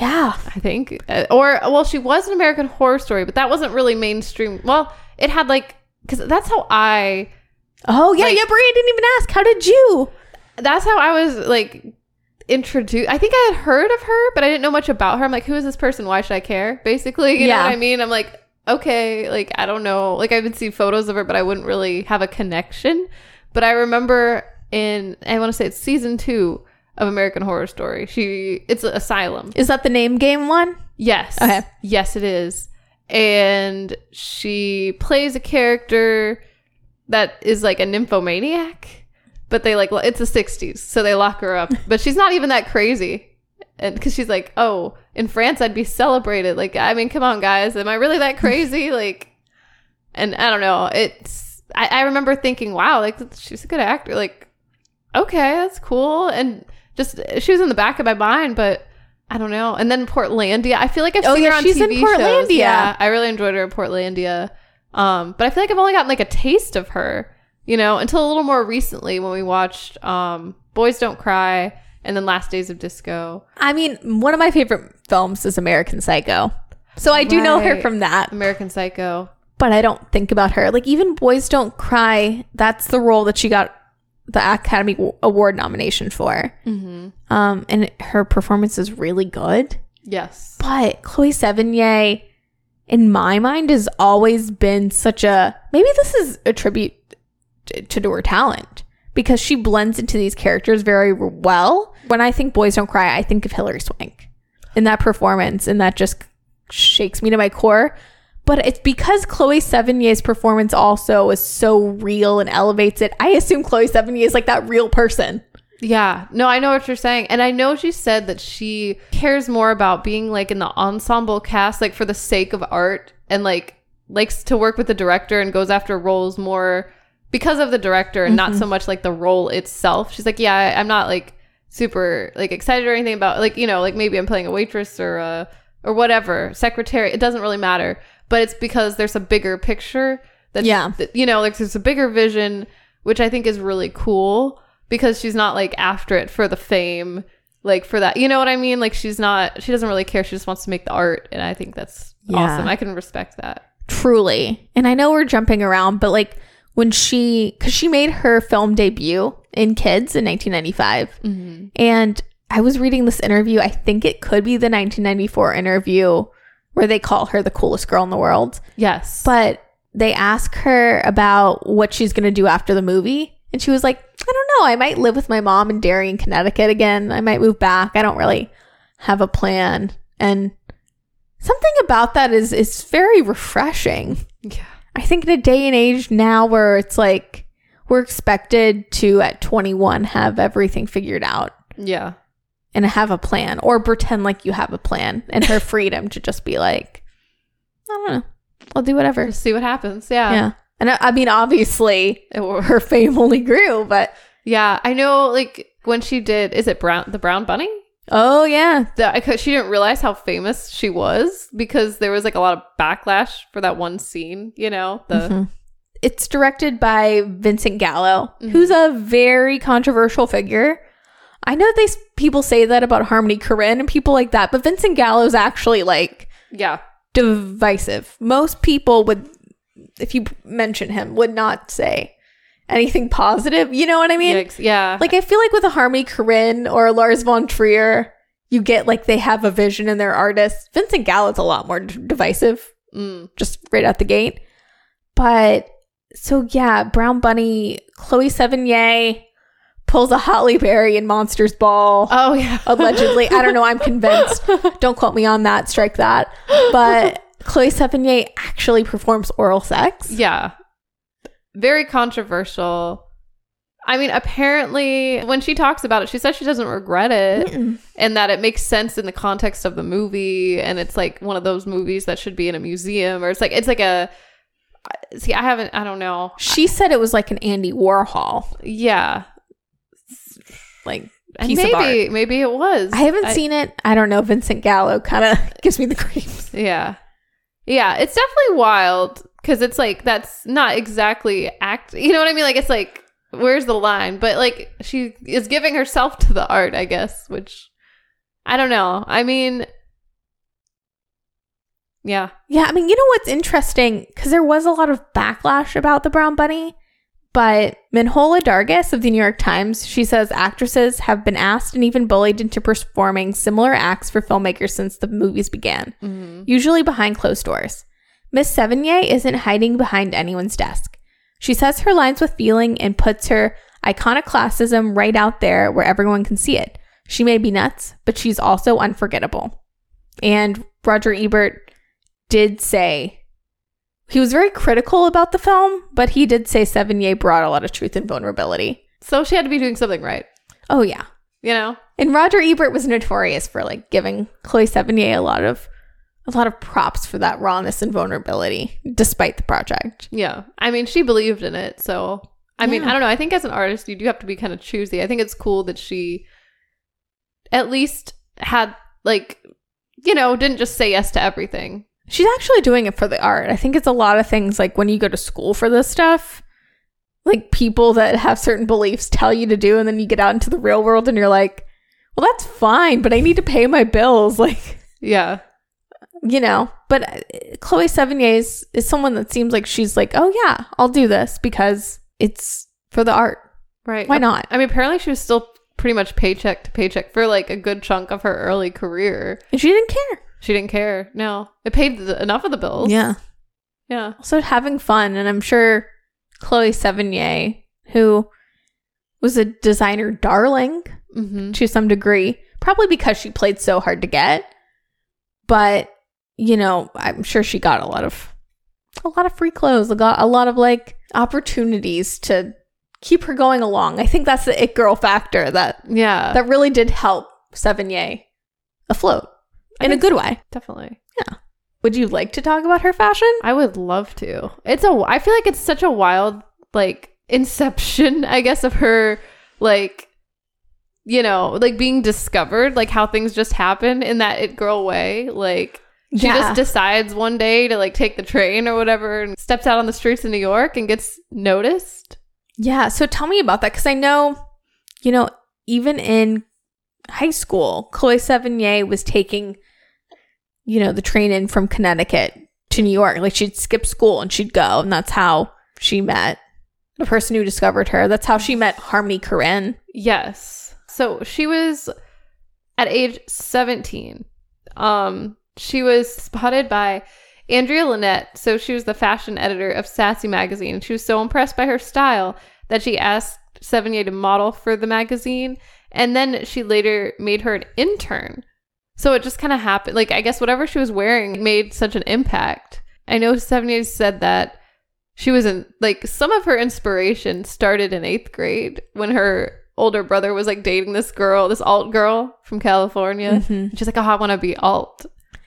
Speaker 4: Yeah.
Speaker 5: I think. Uh, or well, she was an American horror story, but that wasn't really mainstream. Well, it had like cuz that's how I
Speaker 4: Oh yeah,
Speaker 5: Like-
Speaker 4: yeah, Bria didn't even ask. How did you?
Speaker 5: that's how I was like introduced. I think I had heard of her, but I didn't know much about her. I'm like, who is this person? Why should I care? Basically, you
Speaker 4: Yeah.
Speaker 5: know what I mean? I'm like, okay, like I don't know. Like I would see photos of her, but I wouldn't really have a connection. But I remember in I want to say it's season two of American Horror Story. She it's Asylum.
Speaker 4: Is that the name game one?
Speaker 5: Yes.
Speaker 4: Okay.
Speaker 5: Yes, it is. And she plays a character that is like a nymphomaniac, but they like, lo- it's the 60s, so they lock her up. But she's not even that crazy. And because she's like, oh, in France, I'd be celebrated. Like, I mean, come on, guys. Am I really that crazy? Like, and I don't know. It's, I, I remember thinking, wow, like, she's a good actor. Like, okay, that's cool. And just, she was in the back of my mind, but I don't know. And then Portlandia. I feel like I've
Speaker 4: Oh,
Speaker 5: seen
Speaker 4: yeah,
Speaker 5: her on
Speaker 4: she's in
Speaker 5: TV shows.
Speaker 4: Portlandia.
Speaker 5: Yeah, I really enjoyed her in Portlandia. Um, but I feel like I've only gotten like a taste of her, you know, until a little more recently when we watched um, Boys Don't Cry and then Last Days of Disco,
Speaker 4: I mean, one of my favorite films is American Psycho. So I do know her
Speaker 5: Right.
Speaker 4: from that,
Speaker 5: American Psycho.
Speaker 4: but I don't think about her. Like even Boys Don't Cry, that's the role that she got the Academy Award nomination for.
Speaker 5: Mm-hmm.
Speaker 4: Um, and her performance is really good.
Speaker 5: Yes.
Speaker 4: But Chloe Sevigny, in my mind, has always been such a maybe this is a tribute t- to, her talent because she blends into these characters very well. When I think Boys Don't Cry, I think of Hilary Swank in that performance, and that just shakes me to my core. But it's because Chloe Sevigny's performance also is so real and elevates it. I assume Chloe Sevigny is like that real person.
Speaker 5: Yeah. No, I know what you're saying. And I know she said that she cares more about being like in the ensemble cast, like for the sake of art and like likes to work with the director and goes after roles more because of the director and not so much like the role itself. She's like, yeah, I- I'm not like super like excited or anything about like, you know, like maybe I'm playing a waitress or a or whatever, secretary. It doesn't really matter. But it's because there's a bigger picture that
Speaker 4: Yeah.
Speaker 5: that, you know, like there's a bigger vision, which I think is really cool because she's not like after it for the fame, like for that. You know what I mean? Like she's not, she doesn't really care. She just wants to make the art. And I think that's
Speaker 4: Yeah.
Speaker 5: awesome. I can respect that.
Speaker 4: truly and i know we're jumping around but like when she because she made her film debut in kids in 1995 and i was reading this interview i think it could be the 1994 interview where they call her the coolest girl in the world
Speaker 5: Yes.
Speaker 4: but they ask her about what she's going to do after the movie and she was like i don't know i might live with my mom in darien connecticut again i might move back i don't really have a plan and something about that is is very refreshing
Speaker 5: yeah.
Speaker 4: I think in a day and age now where it's like we're expected to at 21 have everything figured out
Speaker 5: Yeah.
Speaker 4: and have a plan or pretend like you have a plan and her freedom to just be like, I don't know, I'll do whatever.
Speaker 5: Just see what happens. Yeah.
Speaker 4: yeah. And I, I mean, obviously
Speaker 5: It will-
Speaker 4: her family grew, but
Speaker 5: yeah. I know like when she did, is it Brown, the Brown Bunny?
Speaker 4: oh yeah.
Speaker 5: That I could, she didn't realize how famous she was because there was like a lot of backlash for that one scene, you know, the,
Speaker 4: Mm-hmm. It's directed by Vincent Gallo, who's a very controversial figure. I know they s- people say that about Harmony Korine and people like that, but Vincent Gallo's actually like
Speaker 5: yeah.
Speaker 4: divisive. Most people would, if you mention him, would not say anything positive. You know what I mean?
Speaker 5: Yikes. Yeah.
Speaker 4: Like I feel like with a Harmony Korine or a Lars von Trier, you get like they have a vision in their artists. Vincent Gallo's a lot more d- divisive,
Speaker 5: Mm.
Speaker 4: just right out the gate. But so yeah, Brown Bunny, Chloe Sevigny pulls a Holly Berry in Monsters Ball
Speaker 5: Oh yeah.
Speaker 4: allegedly. I don't know. I'm convinced. Don't quote me on that. Strike that. But Chloe Sevigny actually performs oral sex.
Speaker 5: Yeah. Very controversial. I mean, apparently, when she talks about it, she says she doesn't regret it and that it makes sense in the context of the movie. And it's like one of those movies that should be in a museum or it's like, it's like a. See, I haven't, I don't know.
Speaker 4: She said it was like an Andy Warhol
Speaker 5: Yeah.
Speaker 4: like
Speaker 5: And
Speaker 4: piece of art.
Speaker 5: maybe, maybe it was.
Speaker 4: I haven't seen it. I don't know. Vincent Gallo kind of gives me the creeps.
Speaker 5: Yeah. Yeah. It's definitely wild because it's like, that's not exactly act. You know what I mean? Like, it's like, where's the line? But like, she is giving herself to the art, I guess, which I don't know. I mean, yeah.
Speaker 4: Yeah, I mean, you know what's interesting? Because there was a lot of backlash about the Brown Bunny, but Minhola Dargis of the New York Times, she says actresses have been asked and even bullied into performing similar acts for filmmakers since the movies began, usually behind closed doors. Miss Sevigny isn't hiding behind anyone's desk. She says her lines with feeling and puts her iconoclastism right out there where everyone can see it. She may be nuts, but she's also unforgettable. And Roger Ebert did say he was very critical about the film, but he did say Sevigny brought a lot of truth and vulnerability.
Speaker 5: So she had to be doing something right,
Speaker 4: Oh yeah.
Speaker 5: you know?
Speaker 4: And Roger Ebert was notorious for like giving Chloe Sevigny a lot of a lot of props for that rawness and vulnerability despite the project.
Speaker 5: Yeah. I mean, she believed in it. So, I mean,
Speaker 4: Yeah.
Speaker 5: I don't know. I think as an artist, you do have to be kind of choosy. I think it's cool that she at least had, like, you know, didn't just say yes to everything.
Speaker 4: She's actually doing it for the art. I think it's a lot of things like when you go to school for this stuff, like people that have certain beliefs tell you to do, and then you get out into the real world and you're like, well, that's fine, but I need to pay my bills. Like,
Speaker 5: Yeah.
Speaker 4: you know, but uh, Chloe Sevigny is, is someone that seems like she's like, oh, yeah, I'll do this because it's for the art.
Speaker 5: Right.
Speaker 4: Why not?
Speaker 5: I mean, apparently she was still pretty much paycheck to paycheck for like a good chunk of her early career.
Speaker 4: And she didn't care.
Speaker 5: She didn't care. No, it paid the, enough of the bills. Yeah.
Speaker 4: also having fun and i'm sure chloe sevigny who was a designer darling
Speaker 5: hmm
Speaker 4: to some degree probably because she played so hard to get but you know i'm sure she got a lot of a lot of free clothes a got a lot of like opportunities to keep her going along i think that's the it girl factor that
Speaker 5: Yeah.
Speaker 4: that really did help sevigny afloat in a good way
Speaker 5: definitely.
Speaker 4: would you like to talk about her fashion
Speaker 5: I would love to. It's a. I feel like it's such a wild like inception, I guess, of her like, you know, like being discovered, like how things just happen in that it girl way, like. She
Speaker 4: Yeah.
Speaker 5: just decides one day to like take the train or whatever and steps out on the streets in New York and gets noticed.
Speaker 4: Yeah. So tell me about that. Cause I know, you know, even in high school, Chloe Sevigny was taking, you know, the train in from Connecticut to New York. Like she'd skip school and she'd go. And that's how she met the person who discovered her. That's how she met Harmony Korine.
Speaker 5: Yes. So she was at age 17. Um, she was spotted by Andrea Lynette. So she was the fashion editor of Sassy magazine. She was so impressed by her style that she asked Sevigny to model for the magazine. And then she later made her an intern. So it just kind of happened. Like, I guess whatever she was wearing made such an impact. I know Sevigny said that she was in like some of her inspiration started in eighth grade when her older brother was like dating this girl, this alt girl from California. She's like, oh, I want to be alt.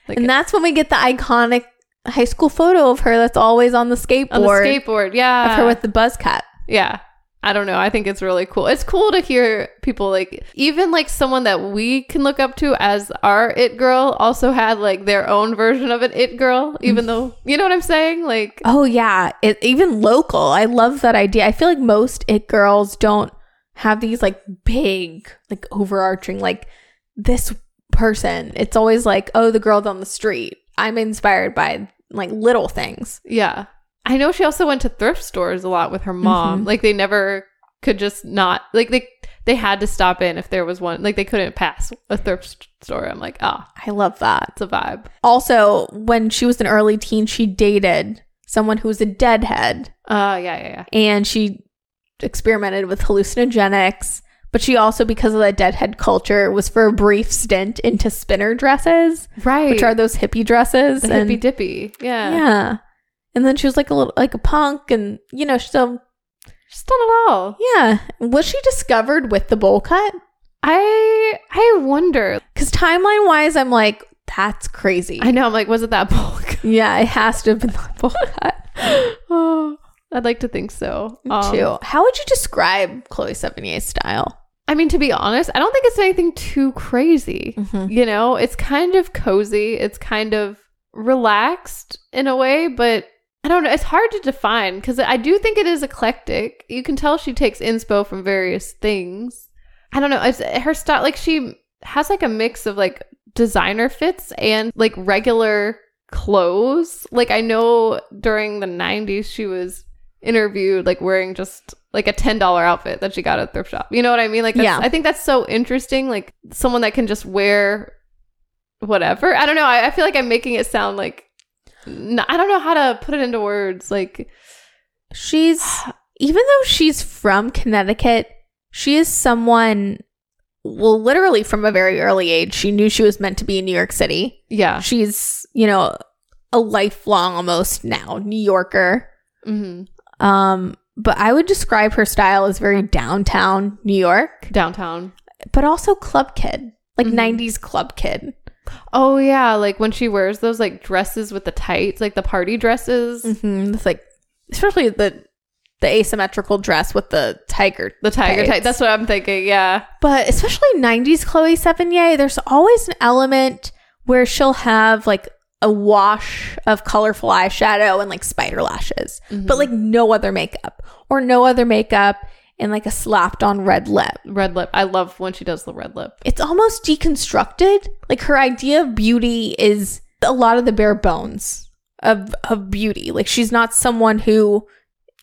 Speaker 5: Like
Speaker 4: And that's when we get the iconic high school photo of her that's always on the skateboard.
Speaker 5: on the skateboard, yeah.
Speaker 4: Of her with the buzz cut.
Speaker 5: yeah. I don't know. I think it's really cool. It's cool to hear people like even like someone that we can look up to as our it girl also had like their own version of an it girl, even though you know what I'm saying? Like
Speaker 4: Oh yeah, it, even local. I love that idea. I feel like most it girls don't have these like big, like overarching, like this person. It's always like, oh, the girl down the street. I'm inspired by like little things.
Speaker 5: Yeah. I know she also went to thrift stores a lot with her mom. Like they never could just not like they they had to stop in if there was one. Like they couldn't pass a thrift st- store. I'm like, ah,
Speaker 4: I love that.
Speaker 5: it's a vibe.
Speaker 4: Also, when she was an early teen, she dated someone who was a deadhead,
Speaker 5: Uh yeah, yeah, yeah.
Speaker 4: and she experimented with hallucinogenics. But she also, because of that deadhead culture, was for a brief stint into spinner dresses.
Speaker 5: Right.
Speaker 4: which are those hippie dresses
Speaker 5: the
Speaker 4: and
Speaker 5: hippy dippy. Yeah.
Speaker 4: yeah and then she was like a little like a punk and you know so
Speaker 5: She's done it all.
Speaker 4: yeah was she discovered with the bowl cut
Speaker 5: I I wonder.
Speaker 4: because timeline wise i'm like that's crazy
Speaker 5: I know, I'm like, was it that bulk?
Speaker 4: yeah it has to have been the bowl cut
Speaker 5: oh, I'd like to think so. Um,
Speaker 4: too how would you describe chloe sevigny's style
Speaker 5: I mean, to be honest, I don't think it's anything too crazy. You know, it's kind of cozy. It's kind of relaxed in a way, but I don't know. It's hard to define because I do think it is eclectic. You can tell she takes inspo from various things. I don't know. It's, her style, like, she has like a mix of like designer fits and like regular clothes. Like, I know during the 90s, she was interviewed like wearing just like a $10 outfit that she got at a thrift shop. You know what I mean? Like that's,
Speaker 4: Yeah.
Speaker 5: I think that's so interesting like someone that can just wear whatever. I don't know. I, I feel like I'm making it sound like n- I don't know how to put it into words like
Speaker 4: she's even though she's from connecticut she is someone well literally from a very early age she knew she was meant to be in new york city
Speaker 5: yeah.
Speaker 4: she's you know a lifelong almost now new yorker
Speaker 5: hmm
Speaker 4: um but i would describe her style as very downtown new york
Speaker 5: Downtown.
Speaker 4: but also club kid like
Speaker 5: Mhm.
Speaker 4: 90s club kid
Speaker 5: Oh yeah, like when she wears those like dresses with the tights, like the party dresses,
Speaker 4: mm-hmm. it's like especially the the asymmetrical dress with the tiger
Speaker 5: the tiger
Speaker 4: tights.
Speaker 5: tight. That's what I'm thinking. Yeah.
Speaker 4: but especially 90s Chloe Sevigny, there's always an element where she'll have like a wash of colorful eyeshadow and like spider lashes, but like no other makeup or no other makeup and like a slapped on red lip.
Speaker 5: Red lip. I love when she does the red lip.
Speaker 4: It's almost deconstructed. Like her idea of beauty is a lot of the bare bones of of beauty. Like she's not someone who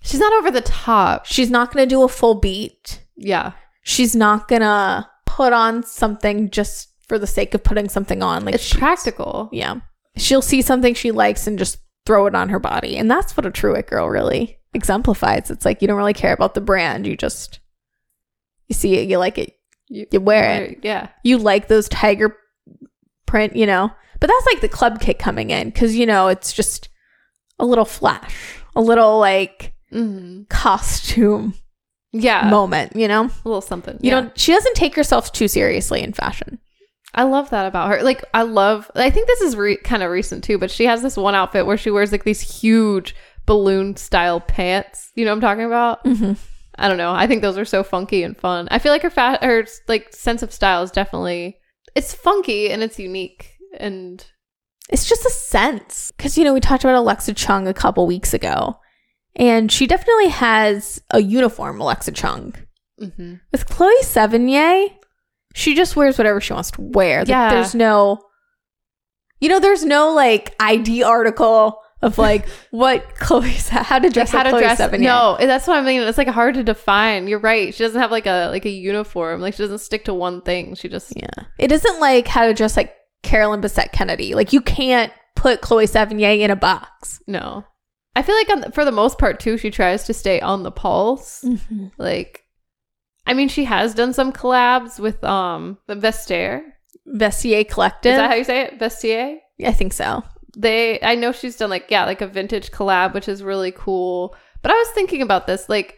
Speaker 5: She's not over the top.
Speaker 4: she's not going to do a full beat.
Speaker 5: Yeah.
Speaker 4: She's not going to put on something just for the sake of putting something on. Like
Speaker 5: It's
Speaker 4: she-
Speaker 5: practical.
Speaker 4: Yeah. She'll see something she likes and just throw it on her body. And that's what a Truitt girl really exemplifies. It's like you don't really care about the brand. You just you see it, you like it,
Speaker 5: You-
Speaker 4: you wear it.
Speaker 5: Yeah.
Speaker 4: You like those tiger print, you know. But that's like the club kid coming in cuz you know, it's just a little flash, a little like
Speaker 5: hmm
Speaker 4: costume
Speaker 5: Yeah.
Speaker 4: moment, you know.
Speaker 5: a little something.
Speaker 4: You
Speaker 5: yeah.
Speaker 4: don't she doesn't take herself too seriously in fashion.
Speaker 5: I love that about her. Like, I love, I think this is re- kind of recent too, but she has this one outfit where she wears like these huge balloon style pants. You know what I'm talking about? Mm-hmm. I don't know. I think those are so funky and fun. I feel like her, fa- her like sense of style is definitely, it's funky and it's unique. And
Speaker 4: it's just a sense because you know we talked about alexa chung a couple weeks ago and she definitely has a uniform alexa chung
Speaker 5: Mhm.
Speaker 4: with chloe sevigny she just wears whatever she wants to wear Like,
Speaker 5: Yeah.
Speaker 4: there's no you know there's no like id article of like what chloe how to dress
Speaker 5: how
Speaker 4: like
Speaker 5: to
Speaker 4: chloe
Speaker 5: dress.
Speaker 4: sevigny
Speaker 5: No, that's what I mean. It's like hard to define. You're right. She doesn't have like a, like a uniform. Like she doesn't stick to one thing. She just,
Speaker 4: yeah it isn't like how to dress like carolyn Bessette kennedy like you can't put chloe sevigny in a box
Speaker 5: No. I feel like on the, for the most part too, she tries to stay on the pulse.
Speaker 4: Mm.
Speaker 5: Like, I mean, she has done some collabs with um the Vestiaire.
Speaker 4: vestier collective
Speaker 5: Is that how you say it? Vestiaire.
Speaker 4: i think so
Speaker 5: They, I know she's done like yeah, like a vintage collab, which is really cool. But I was thinking about this, like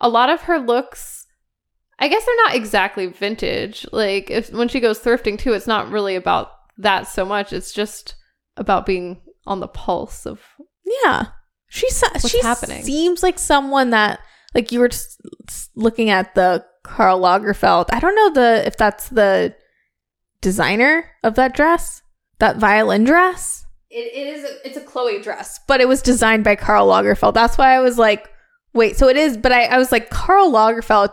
Speaker 5: a lot of her looks. I guess they're not exactly vintage. Like if when she goes thrifting too, it's not really about that so much. It's just about being on the pulse of
Speaker 4: Yeah. She so- she
Speaker 5: happening?
Speaker 4: seems like someone that like you were just s- looking at the Karl Lagerfeld. I don't know the if that's the designer of that dress, that violin dress. It, it is a, it's a Chloe dress, but it was designed by Karl Lagerfeld. That's why I was like, wait, so it is. But I, I was like, Karl Lagerfeld,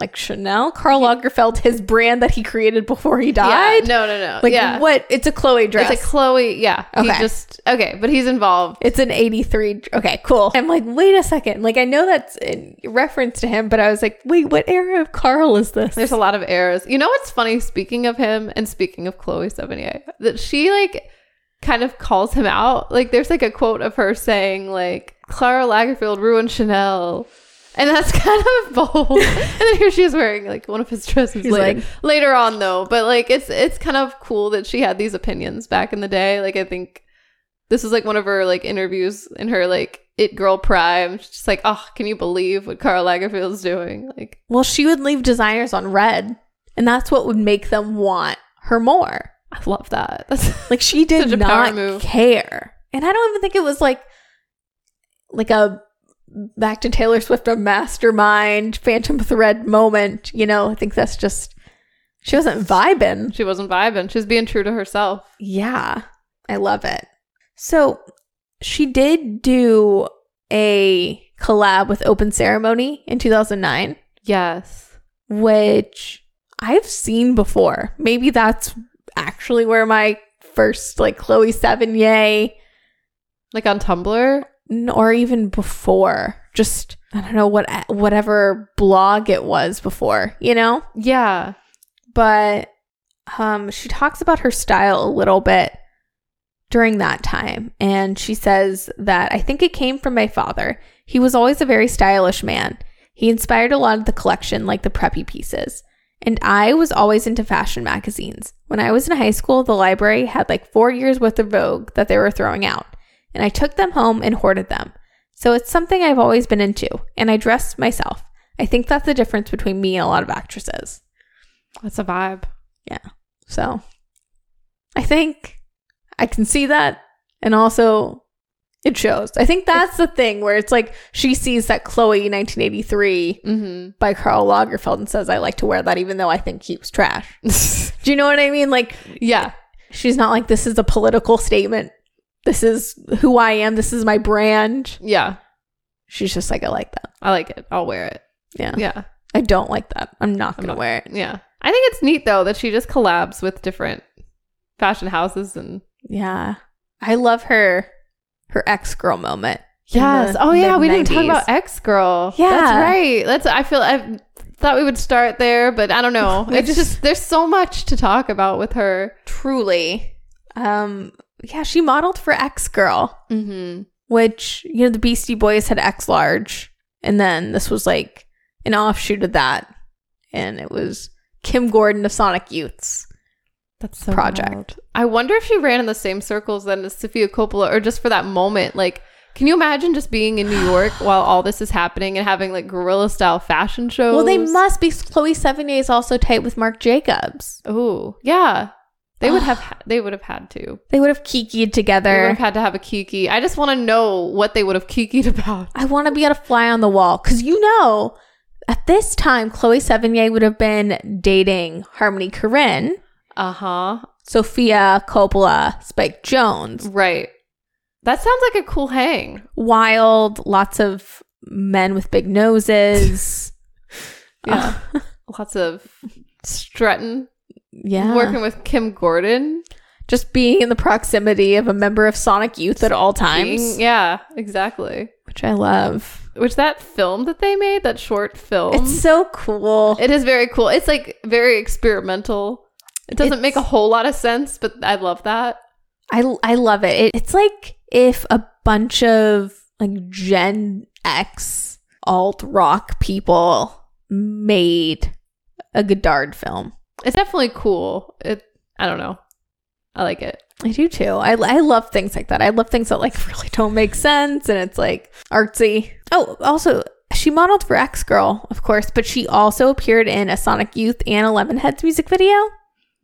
Speaker 4: like Chanel, Karl Lagerfeld, his brand that he created before he died.
Speaker 5: Yeah. No, no, no.
Speaker 4: Like
Speaker 5: yeah.
Speaker 4: what? It's a Chloe dress.
Speaker 5: It's a Chloe. Yeah.
Speaker 4: Okay.
Speaker 5: He just okay, but he's involved.
Speaker 4: It's an 83. Okay, cool. I'm like, wait a second. Like, I know that's in reference to him, but I was like, wait, what era of Carl is this?
Speaker 5: There's a lot of errors. You know what's funny? Speaking of him and speaking of Chloe Sevigny, that she like kind of calls him out. Like there's like a quote of her saying like Clara Lagerfeld ruined Chanel. And that's kind of bold. and then here she is wearing like one of his dresses later.
Speaker 4: like-
Speaker 5: later on though. But like it's it's kind of cool that she had these opinions back in the day. Like I think this is like one of her like interviews in her like it girl prime. She's just like, oh, can you believe what Carl Lagerfeld's doing? Like,
Speaker 4: well, she would leave designers on red, and that's what would make them want her more.
Speaker 5: I love that. That's
Speaker 4: Like, she
Speaker 5: Such
Speaker 4: did
Speaker 5: a power
Speaker 4: not
Speaker 5: move.
Speaker 4: care. And I don't even think it was like, like a back to Taylor Swift, a mastermind, phantom thread moment. You know, I think that's just, she wasn't vibing.
Speaker 5: she wasn't vibing. She was being true to herself.
Speaker 4: Yeah, I love it. So she did do a collab with Open Ceremony in 2009,
Speaker 5: Yes.
Speaker 4: which I've seen before. Maybe that's actually where my first, like, Chloe Sevigny,
Speaker 5: Like on Tumblr.
Speaker 4: n- or even before, just, I don't know, what whatever blog it was before, you know?
Speaker 5: Yeah.
Speaker 4: but um, she talks about her style a little bit during that time. And she says that I think it came from my father. He was always a very stylish man. He inspired a lot of the collection, like the preppy pieces. And I was always into fashion magazines. When I was in high school, the library had like four years worth of Vogue that they were throwing out. And I took them home and hoarded them. So it's something I've always been into. And I dressed myself. I think that's the difference between me and a lot of actresses.
Speaker 5: That's a vibe.
Speaker 4: So I think I can see that. And also, it shows. I think that's the thing where it's like she sees that Chloe 1983
Speaker 5: Mm-hmm.
Speaker 4: by Karl Lagerfeld and says, I like to wear that even though I think he was trash. Do you know what I mean? Like,
Speaker 5: Yeah.
Speaker 4: She's not like, this is a political statement. This is who I am. This is my brand.
Speaker 5: Yeah.
Speaker 4: She's just like, I like that.
Speaker 5: I like it. I'll wear it.
Speaker 4: Yeah.
Speaker 5: Yeah.
Speaker 4: I don't like that. I'm not going to
Speaker 5: I'm not-
Speaker 4: wear it.
Speaker 5: Yeah. I think it's neat though that she just collabs with different fashion houses and
Speaker 4: Yeah. I love her, her ex girl moment. in
Speaker 5: Yes.
Speaker 4: the
Speaker 5: Oh yeah, we didn't talk
Speaker 4: mid-nineties.
Speaker 5: about X Girl. That's
Speaker 4: Yeah.
Speaker 5: right. That's I feel I thought we would start there, but I don't know.
Speaker 4: We
Speaker 5: it's just,
Speaker 4: just-
Speaker 5: there's so much to talk about with her.
Speaker 4: Truly. Um, yeah, she modeled for X Girl,
Speaker 5: Mm-hmm.
Speaker 4: which, you know, the Beastie Boys had X Large. And then this was like an offshoot of that. And it was Kim Gordon of Sonic Youths.
Speaker 5: That's so
Speaker 4: Project.
Speaker 5: wild. I wonder if she ran in the same circles then as Sophia Coppola, or just for that moment. Like, can you imagine just being in New York while all this is happening and having like guerrilla style fashion shows?
Speaker 4: Well, they must be. Chloe Sevigny is also tight with Marc Jacobs.
Speaker 5: Oh yeah, they would have. ha- They would have had to.
Speaker 4: They would have kikied
Speaker 5: They would
Speaker 4: together.
Speaker 5: have had to have a kiki. I just want to know what they would have kikied about.
Speaker 4: I want to be able to fly on the wall because you know, at this time, Chloe Sevigny would have been dating Harmony Korine,
Speaker 5: Uh
Speaker 4: Uh-huh.
Speaker 5: huh.
Speaker 4: Sophia Coppola, Spike Jones,
Speaker 5: Right. That sounds like a cool hang.
Speaker 4: wild, lots of men with big noses.
Speaker 5: Yeah. Lots of strutting,
Speaker 4: yeah,
Speaker 5: working with Kim Gordon.
Speaker 4: just being in the proximity of a member of Sonic Youth at all times,
Speaker 5: Being- yeah, exactly.
Speaker 4: which I love.
Speaker 5: Which that film that they made, that short film,
Speaker 4: It's so cool.
Speaker 5: it is very cool. It's like very experimental. It doesn't make a whole lot of sense, but I love that.
Speaker 4: I I love it. it. It's like if a bunch of like Gen X alt rock people made a Godard film.
Speaker 5: It's definitely cool. It. I don't know. I like it.
Speaker 4: I do too. I I love things like that. I love things that like really don't make sense and it's like artsy. Oh, also she modeled for X Girl, of course, but she also appeared in a Sonic Youth and Elevenheads music video,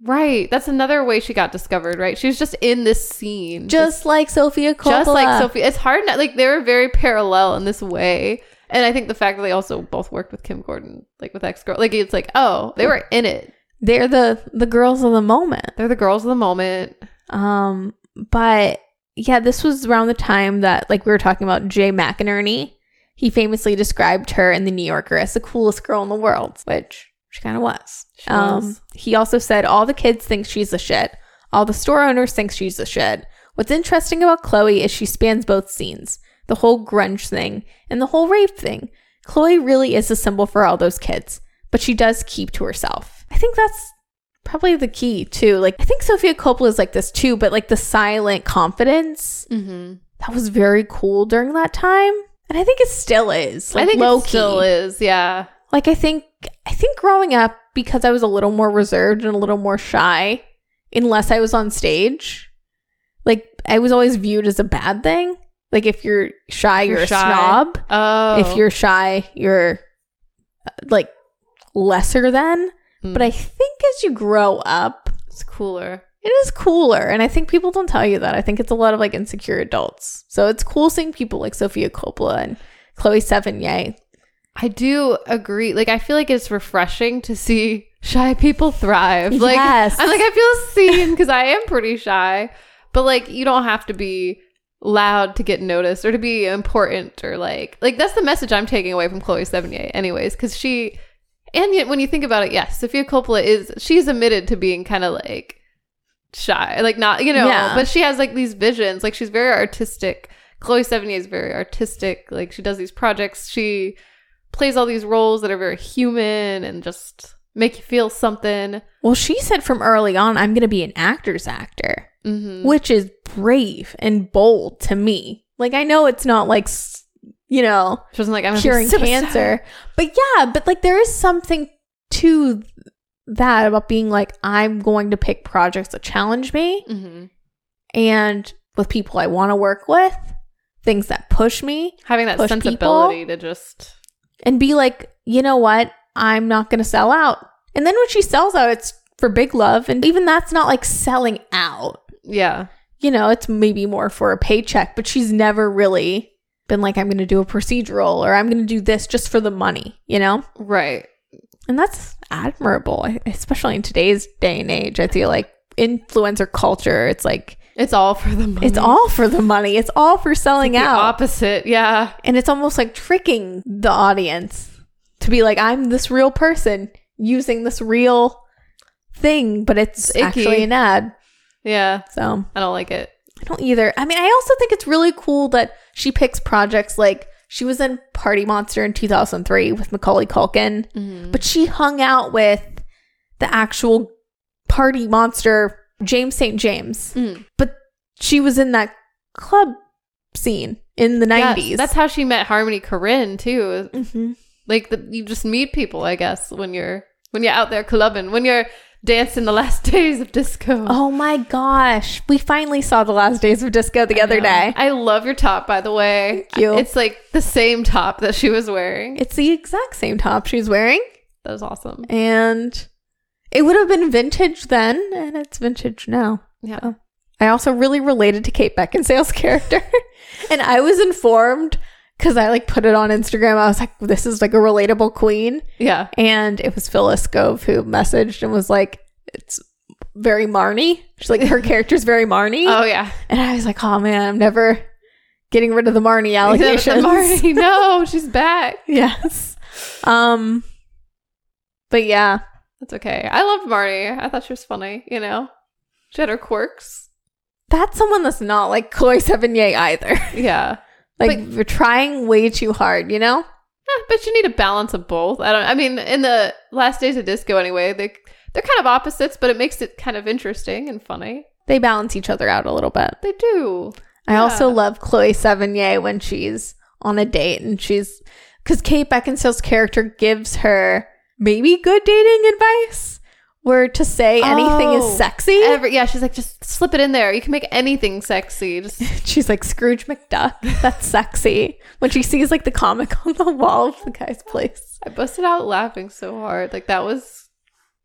Speaker 5: Right. That's another way she got discovered. Right. She was just in this scene.
Speaker 4: just like Sophia Coppola.
Speaker 5: just like Sophie. It's hard not like they were very parallel in this way. And I think the fact that they also both worked with Kim Gordon, like with X Girl, like it's like, oh, they were in it.
Speaker 4: They're the the girls of the moment.
Speaker 5: They're the girls of the moment.
Speaker 4: Um, but yeah, this was around the time that like we were talking about Jay McInerney. He famously described her in the New Yorker as the coolest girl in the world, which she kind of was.
Speaker 5: She
Speaker 4: um,
Speaker 5: was.
Speaker 4: he also said all the kids think she's a shit. All the store owners think she's a shit. What's interesting about Chloe is she spans both scenes, the whole grunge thing and the whole rape thing. Chloe really is a symbol for all those kids, but she does keep to herself. I think that's probably the key too. Like I think Sophia Coppola is like this too, but like the silent confidence
Speaker 5: Mm-hmm.
Speaker 4: that was very cool during that time, and I think it still is. Like,
Speaker 5: I think
Speaker 4: low
Speaker 5: it still
Speaker 4: key.
Speaker 5: is. Yeah.
Speaker 4: Like I think I think growing up because I was a little more reserved and a little more shy, unless I was on stage, like I was always viewed as a bad thing. Like if you're shy, you're,
Speaker 5: You're
Speaker 4: a
Speaker 5: shy.
Speaker 4: snob.
Speaker 5: Oh.
Speaker 4: If you're shy, you're uh, like lesser than.
Speaker 5: Mm.
Speaker 4: But I think as you grow up,
Speaker 5: it's cooler.
Speaker 4: it is cooler. And I think people don't tell you that. I think it's a lot of like insecure adults. So it's cool seeing people like Sophia Coppola and Chloe Sevigny.
Speaker 5: I do agree. Like I feel like it's refreshing to see shy people thrive. Like
Speaker 4: Yes.
Speaker 5: I'm like I feel seen because I am pretty shy, but like you don't have to be loud to get noticed or to be important or like like that's the message I'm taking away from Chloe Sevigny, anyways, because she and yet when you think about it, yes, Sophia Coppola is she's admitted to being kind of like shy, like not you know,
Speaker 4: Yeah.
Speaker 5: but she has like these visions. Like she's very artistic. Chloe Sevigny is very artistic. Like she does these projects. She plays all these roles that are very human and just make you feel something.
Speaker 4: Well, she said from early on, I'm going to be an actor's actor,
Speaker 5: hmm
Speaker 4: which is brave and bold to me. Like, I know it's not like, s- you know,
Speaker 5: She wasn't like I'm
Speaker 4: curing cancer, but yeah, but like there is something to that about being like, I'm going to pick projects that challenge me.
Speaker 5: hmm
Speaker 4: and with people I want to work with, things that push me,
Speaker 5: Having that
Speaker 4: Push
Speaker 5: sensibility to just
Speaker 4: and be like, you know what? I'm not going to sell out. And then when she sells out, it's for big love. And even that's not like selling out.
Speaker 5: yeah.
Speaker 4: You know, it's maybe more for a paycheck, but she's never really been like, I'm going to do a procedural or I'm going to do this just for the money, you know?
Speaker 5: Right.
Speaker 4: And that's admirable, I- especially in today's day and age. I feel like influencer culture, it's like
Speaker 5: It's all for the money.
Speaker 4: it's all for the money. It's all for selling
Speaker 5: the
Speaker 4: out.
Speaker 5: opposite. Yeah.
Speaker 4: and it's almost like tricking the audience to be like, I'm this real person using this real thing, but it's
Speaker 5: icky.
Speaker 4: actually an ad.
Speaker 5: Yeah.
Speaker 4: So
Speaker 5: I don't like it.
Speaker 4: I don't either. I mean, I also think it's really cool that she picks projects like she was in Party Monster in 2003 with Macaulay Culkin,
Speaker 5: Mm-hmm.
Speaker 4: but she hung out with the actual Party Monster, James St. James.
Speaker 5: Mm.
Speaker 4: But she was in that club scene in the 90s.
Speaker 5: Yes, that's how she met Harmony Korine too.
Speaker 4: Mhm.
Speaker 5: Like the, you just meet people, I guess, when you're when you're out there clubbing, when you're dancing the last days of disco.
Speaker 4: Oh my gosh. We finally saw the last days of disco the other day.
Speaker 5: I love your top, by the way.
Speaker 4: Thank you.
Speaker 5: It's like the same top that she was wearing.
Speaker 4: It's the exact same top she's wearing.
Speaker 5: that was awesome.
Speaker 4: And it would have been vintage then, and it's vintage now.
Speaker 5: Yeah.
Speaker 4: I also really related to Kate Beckinsale's character. and I was informed because I like put it on Instagram. I was like, this is like a relatable queen.
Speaker 5: Yeah.
Speaker 4: And it was Phyllis Gove who messaged and was like, it's very Marnie. She's like, her character's very Marnie.
Speaker 5: Oh yeah.
Speaker 4: And I was like, oh man, I'm never getting rid of the Marnie allegations.
Speaker 5: Marty, no, she's back.
Speaker 4: yes. Um but yeah.
Speaker 5: That's okay. I loved Marty. I thought she was funny, you know. She had her quirks.
Speaker 4: That's someone that's not like Chloe Sevigny either.
Speaker 5: Yeah.
Speaker 4: Like you're trying way too hard, you know?
Speaker 5: Eh, but you need a balance of both. I don't I mean, in the last days of disco anyway, they they're kind of opposites, but it makes it kind of interesting and funny.
Speaker 4: They balance each other out a little bit.
Speaker 5: They do.
Speaker 4: I also
Speaker 5: Yeah.
Speaker 4: love Chloe Sevigny when she's on a date and she's because Kate Beckinsale's character gives her maybe good dating advice where to say anything
Speaker 5: Oh,
Speaker 4: is sexy.
Speaker 5: Every, yeah, she's like, just slip it in there. You can make anything sexy. Just
Speaker 4: She's like Scrooge McDuck. That's sexy. When she sees like the comic on the wall of the guy's place.
Speaker 5: I busted out laughing so hard. Like that was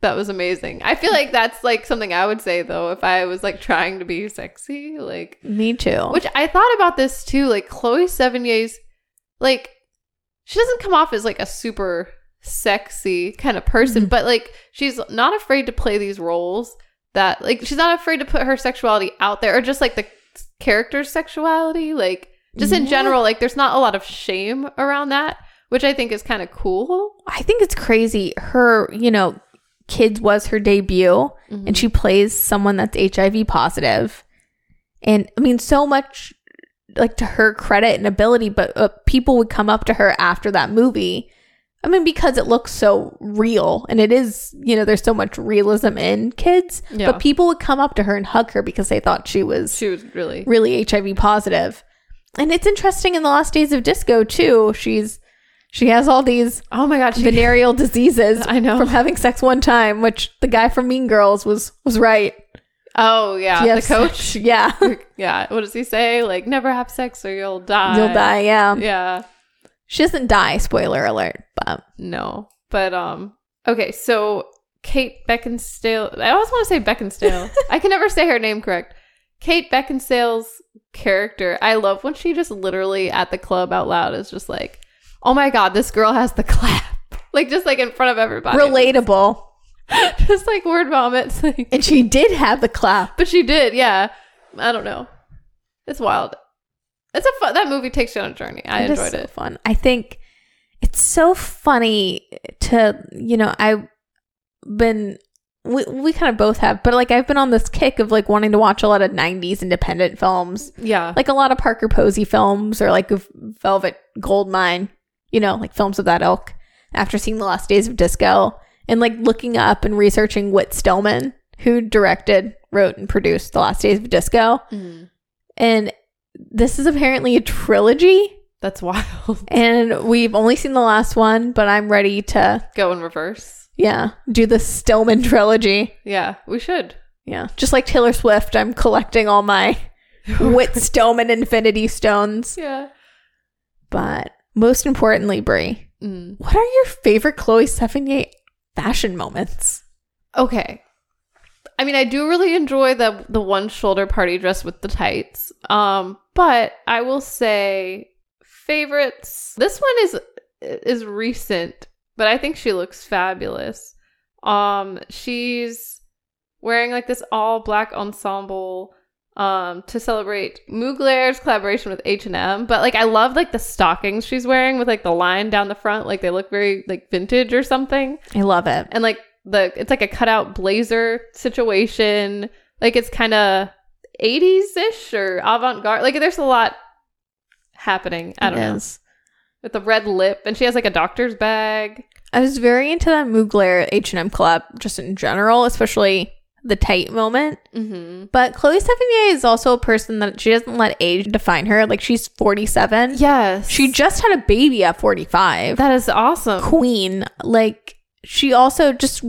Speaker 5: that was amazing. I feel like that's like something I would say though if I was like trying to be sexy, like
Speaker 4: Me too.
Speaker 5: which I thought about this too, like Chloe Sevigny's like she doesn't come off as like a super sexy kind of person, but like she's not afraid to play these roles that like she's not afraid to put her sexuality out there or just like the character's sexuality, like just in general, like there's not a lot of shame around that, which I think is kind of cool.
Speaker 4: I think it's crazy. Her, you know, Kids was her debut and she plays someone that's HIV positive. And I mean, so much like to her credit and ability, but uh, people would come up to her after that movie. I mean, because it looks so real and it is, you know, there's so much realism in kids,
Speaker 5: Yeah.
Speaker 4: but people would come up to her and hug her because they thought she was
Speaker 5: She was really
Speaker 4: really HIV positive. And it's interesting in the last days of disco too. She's she has all these
Speaker 5: Oh my god, she
Speaker 4: venereal diseases
Speaker 5: I know.
Speaker 4: from having sex one time, which the guy from Mean Girls was was right.
Speaker 5: Oh yeah,
Speaker 4: If you have
Speaker 5: the coach.
Speaker 4: sex- yeah, you'll
Speaker 5: Yeah, what does he say? Like never have sex or you'll die.
Speaker 4: die. Yeah.
Speaker 5: Yeah.
Speaker 4: she doesn't die. Spoiler alert, but
Speaker 5: No. But um okay, so Kate Beckinsale I always want to say Beckinsale. I can never say her name correct. Kate Beckinsale's character, I love when she just literally at the club out loud is just like, Oh my god, this girl has the clap. Like just like in front of everybody.
Speaker 4: relatable.
Speaker 5: just like word vomits. Like
Speaker 4: And she did have the clap.
Speaker 5: But she did, yeah. I don't know. It's wild. It's a fun that movie takes you on a journey. I
Speaker 4: It is
Speaker 5: enjoyed
Speaker 4: so
Speaker 5: it.
Speaker 4: Fun. I think it's so funny to you know I've been we we kind of both have, but like I've been on this kick of like wanting to watch a lot of '90s independent films.
Speaker 5: Yeah.
Speaker 4: like a lot of Parker Posey films or like Velvet Goldmine, you know, like films of that ilk. After seeing The Last Days of Disco and like looking up and researching Whit Stillman, who directed, wrote, and produced The Last Days of Disco.
Speaker 5: Mm-hmm.
Speaker 4: And this is apparently a trilogy.
Speaker 5: That's wild.
Speaker 4: And we've only seen the last one, but I'm ready to,
Speaker 5: Go in reverse.
Speaker 4: yeah, do the Stillman trilogy.
Speaker 5: Yeah, we should.
Speaker 4: Yeah. Just like Taylor Swift, I'm collecting all my Whit Stillman Infinity Stones.
Speaker 5: Yeah.
Speaker 4: But most importantly, Brie,
Speaker 5: Mm.
Speaker 4: what are your favorite Chloe Sevigny fashion moments?
Speaker 5: Okay. I mean, I do really enjoy the the one shoulder party dress with the tights. Um, but I will say favorites. This one is is recent, but I think she looks fabulous. Um, she's wearing like this all black ensemble um to celebrate Mugler's collaboration with H&M but like I love like the stockings she's wearing with like the line down the front like they look very like vintage or something
Speaker 4: I love it.
Speaker 5: and like the it's like a cutout blazer situation like it's kind of 80s-ish or avant-garde like there's a lot happening I don't know
Speaker 4: Yes.
Speaker 5: with the red lip and she has like a doctor's bag
Speaker 4: I was very into that Mugler H&M collab just in general, especially the tight moment.
Speaker 5: mm-hmm
Speaker 4: But Chloe Sevigny is also a person that she doesn't let age define her. Like she's 47.
Speaker 5: Yes.
Speaker 4: She just had a baby at 45.
Speaker 5: That is awesome.
Speaker 4: queen. Like she also just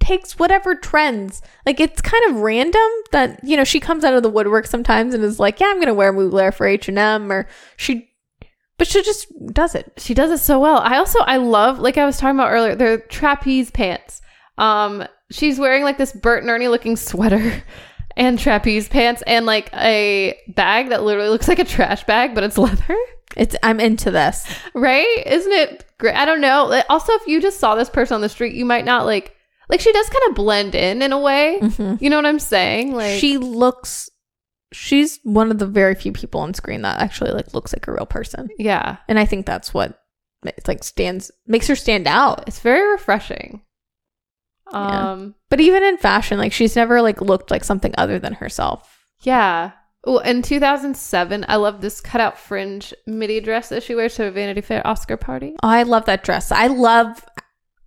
Speaker 4: takes whatever trends. Like it's kind of random that you know she comes out of the woodwork sometimes and is like, "Yeah, I'm gonna wear Mugler for H and M," or she, but she just does it.
Speaker 5: She does it so well. I also I love like I was talking about earlier, they're trapeze pants. Um she's wearing like this Bert and Ernie looking sweater and trapeze pants and like a bag that literally looks like a trash bag but it's leather.
Speaker 4: It's I'm into this.
Speaker 5: Right? Isn't it great? I don't know. Like, Also if you just saw this person on the street, you might not like like she does kind of blend in in a way. You know what I'm saying? Mm-hmm. Like
Speaker 4: Mm-hmm. she looks. She's one of the very few people on screen that actually like looks like a real person,
Speaker 5: yeah.
Speaker 4: and I think that's what it's like stands makes her stand out.
Speaker 5: It's very refreshing.
Speaker 4: Yeah.
Speaker 5: Um
Speaker 4: But even in fashion, like she's never like looked like something other than herself.
Speaker 5: Yeah. Well, in 2007, I love this cutout fringe midi dress that she wears to a Vanity Fair Oscar party.
Speaker 4: Oh, I love that dress. I love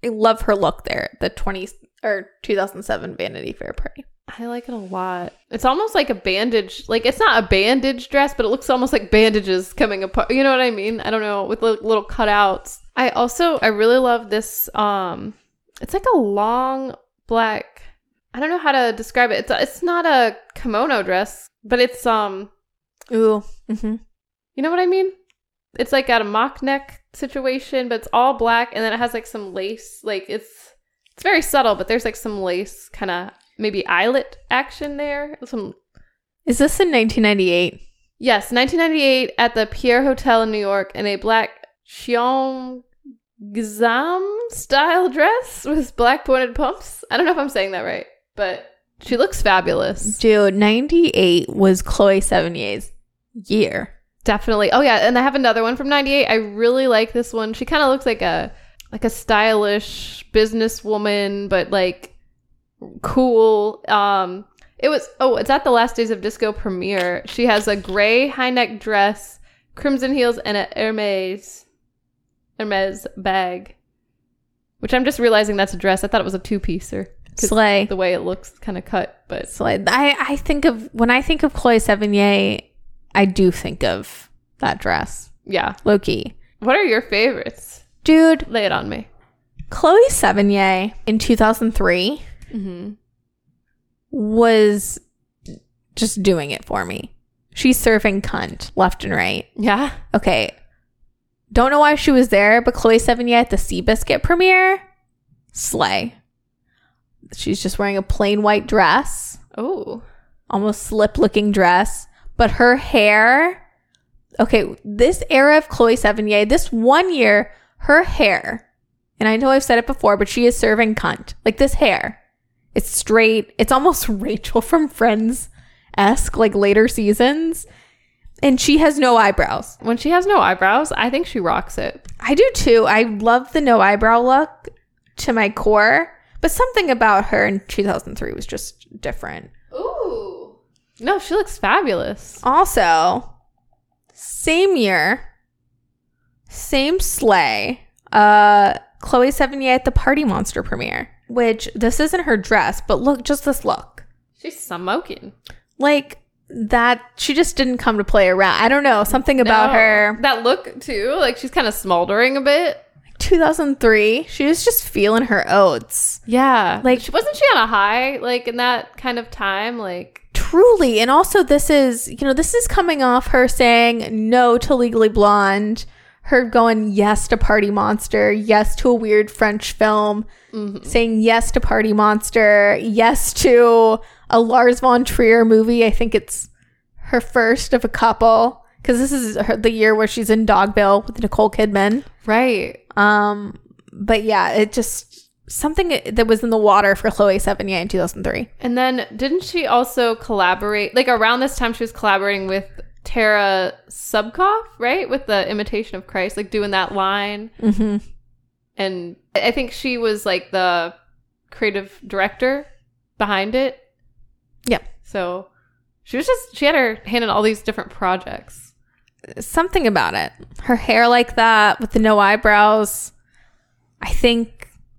Speaker 4: I love her look there, the 20 or 2007 Vanity Fair party.
Speaker 5: I like it a lot. It's almost like a bandage, like it's not a bandage dress, but it looks almost like bandages coming apart. You know what I mean? I don't know with li- little cutouts. I also I really love this. Um, it's like a long black. I don't know how to describe it. It's it's not a kimono dress, but it's um,
Speaker 4: Ooh. Mm-hmm.
Speaker 5: You know what I mean? It's like got a mock neck situation, but it's all black, and then it has like some lace. Like it's it's very subtle, but there's like some lace kind of maybe eyelet action there. Some
Speaker 4: Is this in 1998?
Speaker 5: yes, 1998 at the Pierre Hotel in New York, in a black Xiong Gzam style dress with black pointed pumps. I don't know if I'm saying that right, but she looks fabulous.
Speaker 4: Dude, 98 was Chloe Sevigny's year.
Speaker 5: Definitely. Oh yeah, and I have another one from '98. I really like this one. She kind of looks like a like a stylish businesswoman, but like cool. Um, it was oh, it's at the Last Days of Disco premiere. She has a gray high neck dress, crimson heels, and a Hermes Hermes bag, which I'm just realizing that's a dress. I thought it was a two piecer.
Speaker 4: Slay.
Speaker 5: The way it looks, kind of cut, but
Speaker 4: So I, I I think of when I think of Chloe Sevigny, I do think of that dress.
Speaker 5: yeah.
Speaker 4: Loki.
Speaker 5: What are your favorites?
Speaker 4: Dude,
Speaker 5: Lay it on me.
Speaker 4: Chloe Sevigny in 2003 Mm-hmm. was just doing it for me. She's surfing cunt left and right.
Speaker 5: Yeah.
Speaker 4: Okay. Don't know why she was there, but Chloe Sevigny at the Seabiscuit premiere, slay. She's just wearing a plain white dress,
Speaker 5: Oh.
Speaker 4: almost slip looking dress, but her hair. Okay, this era of Chloe Sevigny, this one year, her hair, and I know I've said it before, but she is serving cunt. Like this hair, it's straight. It's almost Rachel from Friends esque, like later seasons. And she has no eyebrows.
Speaker 5: When she has no eyebrows, I think she rocks it.
Speaker 4: I do too. I love the no eyebrow look to my core, but something about her in 2003 was just different.
Speaker 5: Ooh. No, she looks fabulous.
Speaker 4: Also, same year, same sleigh, uh, Chloe Sevigny at the Party Monster premiere, which this isn't her dress, but look, just this look.
Speaker 5: She's smoking.
Speaker 4: Like, that she just didn't come to play around. I don't know, something about
Speaker 5: Oh.
Speaker 4: her.
Speaker 5: That look too, like she's kind of smoldering a bit.
Speaker 4: 2003, she was just feeling her oats.
Speaker 5: Yeah. Like
Speaker 4: Like-
Speaker 5: she wasn't she on a high like in that kind of time like
Speaker 4: truly and also this is you know this is coming off her saying no to legally blonde her going yes to party monster yes to a weird french film saying yes to party monster yes to a lars von trier movie i think it's her first of a couple because this is her, the year where she's in dogville with nicole kidman
Speaker 5: Right.
Speaker 4: um but yeah it just something that was in the water for Chloe Sevigny in 2003.
Speaker 5: And then didn't she also collaborate? Like around this time, she was collaborating with Tara Subkoff, right? With the Imitation of Christ, like doing that line. Mm-hmm. And I I think she was like the creative director behind it.
Speaker 4: Yeah.
Speaker 5: So she was just, she had her hand in all these different projects.
Speaker 4: Something about it. Her hair like that with the no eyebrows. I think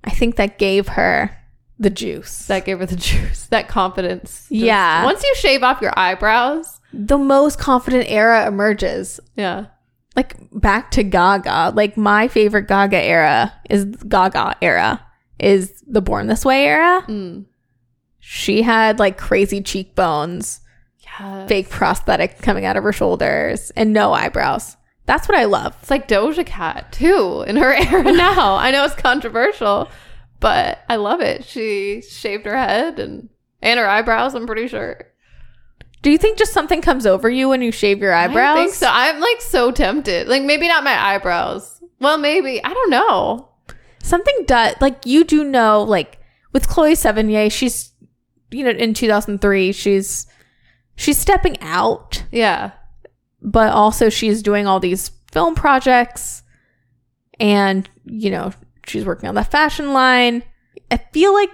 Speaker 4: I think that gave her the juice.
Speaker 5: That gave her the juice, that confidence. Just-
Speaker 4: Yeah.
Speaker 5: Once you shave off your eyebrows,
Speaker 4: the most confident era emerges.
Speaker 5: yeah.
Speaker 4: Like back to Gaga. Like my favorite Gaga era is Gaga era is the Born This Way era.
Speaker 5: Mm.
Speaker 4: She had like crazy cheekbones,
Speaker 5: Yeah.
Speaker 4: fake prosthetic coming out of her shoulders, and no eyebrows. That's what I love.
Speaker 5: It's like Doja Cat too in her era now. I know it's controversial, but I love it. She shaved her head and and her eyebrows. I'm pretty sure.
Speaker 4: Do you think just something comes over you when you shave your eyebrows?
Speaker 5: I think so. I'm like so tempted. Like maybe not my eyebrows. Well, maybe I don't know.
Speaker 4: something does like you do know like with Chloe Sevigny, she's you know in 2003 she's she's stepping out,
Speaker 5: Yeah,
Speaker 4: but also she's doing all these film projects and you know she's working on the fashion line. I feel like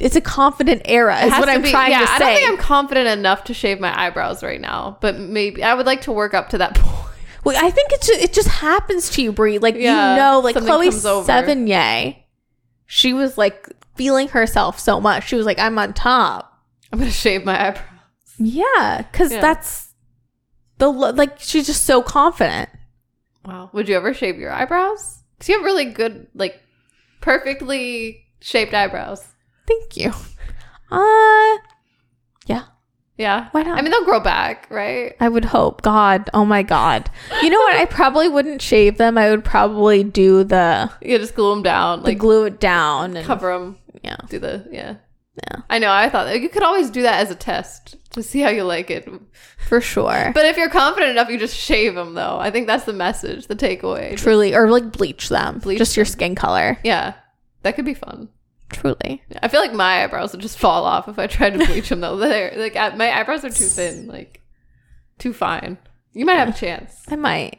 Speaker 4: it's a confident era
Speaker 5: It
Speaker 4: is
Speaker 5: has
Speaker 4: what
Speaker 5: to
Speaker 4: I'm
Speaker 5: be-
Speaker 4: trying
Speaker 5: yeah,
Speaker 4: to
Speaker 5: I
Speaker 4: say.
Speaker 5: don't think I'm confident enough to shave my eyebrows right now, but maybe I would like to work up to that point.
Speaker 4: Well, I think it's just, it just happens to you, Brie. Like
Speaker 5: Yeah,
Speaker 4: you know, like
Speaker 5: something
Speaker 4: Chloe
Speaker 5: comes over.
Speaker 4: Sevigny, she was like feeling herself so much. She was like, "I'm on top."
Speaker 5: I'm gonna shave my eyebrows.
Speaker 4: Yeah, because
Speaker 5: Yeah.
Speaker 4: that's the lo- like she's just so confident.
Speaker 5: Wow. Would you ever shave your eyebrows? 'Cause you have really good, like, perfectly shaped eyebrows.
Speaker 4: Thank you. Uh, yeah,
Speaker 5: Yeah.
Speaker 4: Why not?
Speaker 5: I mean, they'll grow back, right?
Speaker 4: I would hope. God, oh my God, you know what? I probably wouldn't shave them. I would probably do the
Speaker 5: You just glue them down,
Speaker 4: like
Speaker 5: like
Speaker 4: glue it down and
Speaker 5: cover them.
Speaker 4: yeah.
Speaker 5: Do the yeah.
Speaker 4: Yeah.
Speaker 5: I know. I thought you could always do that as a test to see how you like it.
Speaker 4: for sure.
Speaker 5: But if you're confident enough, you just shave them, though. I think that's the message, the takeaway.
Speaker 4: Truly, or like bleach them,
Speaker 5: Bleach
Speaker 4: just your skin color.
Speaker 5: Yeah, that could be fun.
Speaker 4: Truly.
Speaker 5: I feel like my eyebrows would just fall off if I tried to bleach them, though. They're like I- my eyebrows are too thin, like too fine. You might have a chance.
Speaker 4: I might.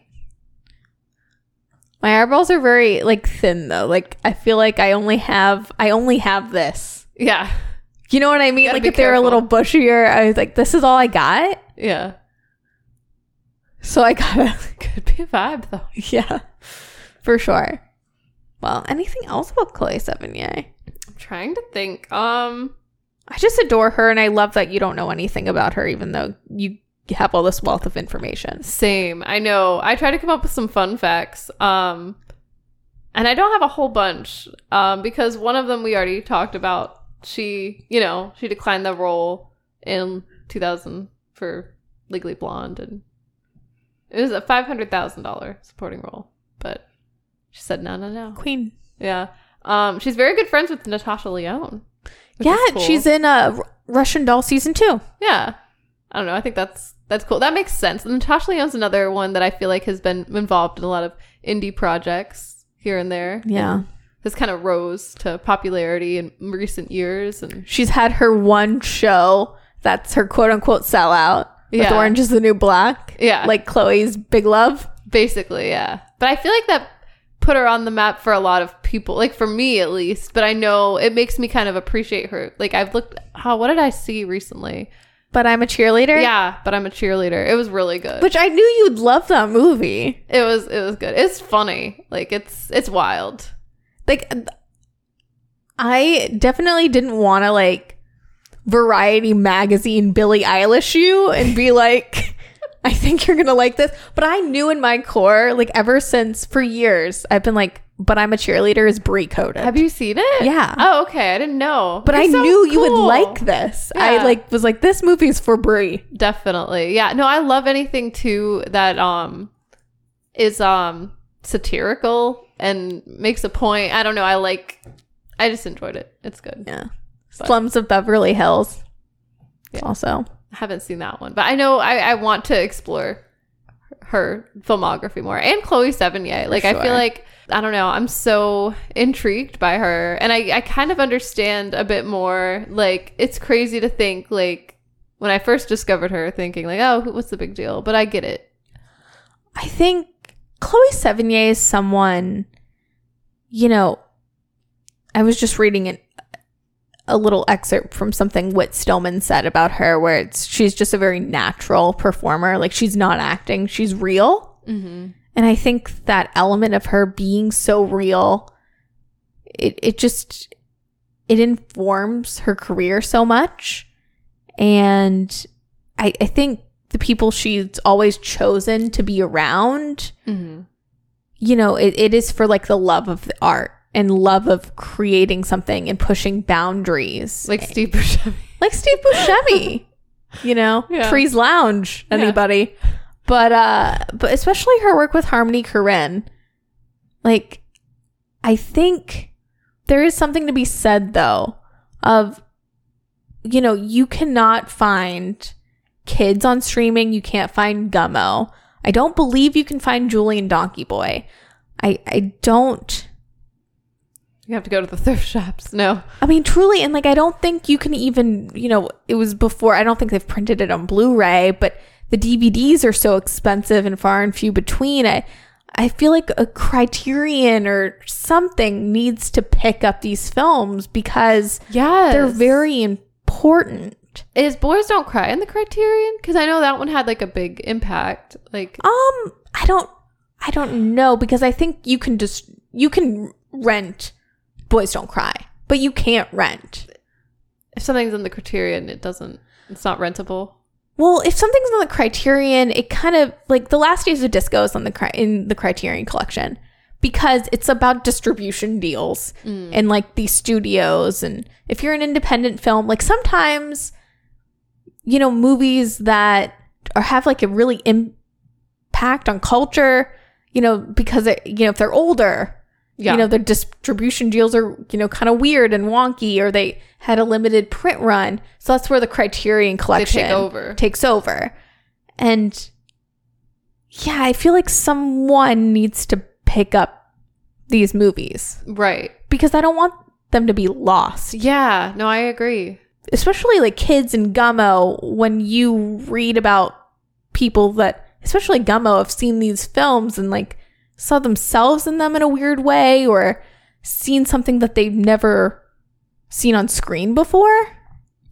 Speaker 4: My eyebrows are very like thin though. Like I feel like I only have I only have this.
Speaker 5: Yeah,
Speaker 4: You know what I mean?
Speaker 5: Gotta
Speaker 4: Like
Speaker 5: be
Speaker 4: if they were a
Speaker 5: careful.
Speaker 4: little bushier, I was like, this is all I got.
Speaker 5: yeah.
Speaker 4: So I gotta
Speaker 5: Could be a vibe though.
Speaker 4: Yeah. For sure. Well, anything else about Chloe Sevigny?
Speaker 5: I'm trying to think. Um,
Speaker 4: I just adore her and I love that you don't know anything about her even though you have all this wealth of information.
Speaker 5: Same. I know. I try to come up with some fun facts. Um and I don't have a whole bunch um because one of them we already talked about. She, you know, she declined the role in 2000 for Legally Blonde and it was a $500,000 supporting role, but she said no, no, no.
Speaker 4: Queen.
Speaker 5: Yeah. Um she's very good friends with Natasha Leone. which
Speaker 4: Yeah,
Speaker 5: is cool.
Speaker 4: she's in a Russian Doll season 2.
Speaker 5: Yeah. I don't know. I think that's that's cool. That makes sense. And Natasha Leone's another one that I feel like has been involved in a lot of indie projects here and there.
Speaker 4: Yeah.
Speaker 5: Has kind of rose to popularity in recent years and
Speaker 4: She's had her one show that's her quote unquote sellout with
Speaker 5: Yeah.
Speaker 4: Orange is the New Black.
Speaker 5: Yeah.
Speaker 4: Like Chloe's Big Love.
Speaker 5: basically, yeah. But I feel like that put her on the map for a lot of people. Like for me at least, but I know it makes me kind of appreciate her. Like I've looked how what did I see recently?
Speaker 4: But I'm a cheerleader.
Speaker 5: Yeah, but I'm a cheerleader. It was really good.
Speaker 4: Which I knew you'd love that movie.
Speaker 5: it was it was good. It's funny. Like it's it's wild.
Speaker 4: Like I definitely didn't want to like variety magazine Billie Eilish you and be like I think you're going to like this, but I knew in my core like ever since for years I've been like but I'm a cheerleader is Brie coded.
Speaker 5: Have you seen it?
Speaker 4: Yeah.
Speaker 5: Oh, okay. I didn't know.
Speaker 4: But I
Speaker 5: It's so
Speaker 4: knew you would
Speaker 5: cool.
Speaker 4: like this.
Speaker 5: Yeah.
Speaker 4: I like was like this movie's for Brie.
Speaker 5: Definitely. Yeah. No, I love anything too that um is um satirical and makes a point. I don't know. I like I just enjoyed it. It's good.
Speaker 4: Yeah. Slums of Beverly Hills. Also.
Speaker 5: I haven't seen that one, but I know I, I want to explore her filmography more and Chloe Sevigny. Like I feel
Speaker 2: sure.
Speaker 5: like I don't know. I'm so intrigued by her, and I I kind of understand a bit more. Like it's crazy to think like when I first discovered her, thinking like, oh, who- what's the big deal? But I get it.
Speaker 4: I think Chloe Sevigny is someone, you know, I was just reading an, a little excerpt from something Whit Stillman said about her, where it's she's just a very natural performer. Like she's not acting, she's real. And I think that element of her being so real, it, it just it informs her career so much. And I, I think the people she's always chosen to be around, you know, it, it is for like the love of the art and love of creating something and pushing boundaries.
Speaker 5: Like Steve Buscemi.
Speaker 4: Like Steve Buscemi, you know,
Speaker 5: Yeah.
Speaker 4: Trees Lounge, anybody. But uh but especially her work with Harmony Korine. Like I think there is something to be said though of you know, you cannot find kids on streaming, you can't find Gummo. I don't believe you can find Julie and Donkey Boy. I I don't
Speaker 5: You have to go to the thrift shops. No.
Speaker 4: I mean, truly, and like, I don't think you can even, you know, it was before, I don't think they've printed it on Blu ray, but the DVDs are so expensive and far and few between. I, I feel like a criterion or something needs to pick up these films because
Speaker 5: Yeah.
Speaker 4: they're very important.
Speaker 5: Is Boys Don't Cry in the Criterion? Because I know that one had like a big impact. Like,
Speaker 4: Um, I don't, I don't know because I think you can just, you can rent Boys Don't Cry, but you can't rent
Speaker 5: if something's in the Criterion, it doesn't. It's not rentable.
Speaker 4: Well, if something's on the Criterion, it kind of like the Last Days of Disco is on the cri- in the Criterion collection because it's about distribution deals and like these studios and if you're an independent film, like sometimes you know movies that or have like a really impact on culture, you know, because it, you know if they're older,
Speaker 5: Yeah.
Speaker 4: you know their distribution deals are you know kind of weird and wonky or they had a limited print run so that's where the criterion collection
Speaker 5: over.
Speaker 4: takes over and yeah i feel like someone needs to pick up these movies
Speaker 5: right.
Speaker 4: because i don't want them to be lost
Speaker 5: Yeah. No, I agree.
Speaker 4: especially like kids and gummo when you read about people that especially gummo have seen these films and like saw themselves in them in a weird way or seen something that they've never seen on screen before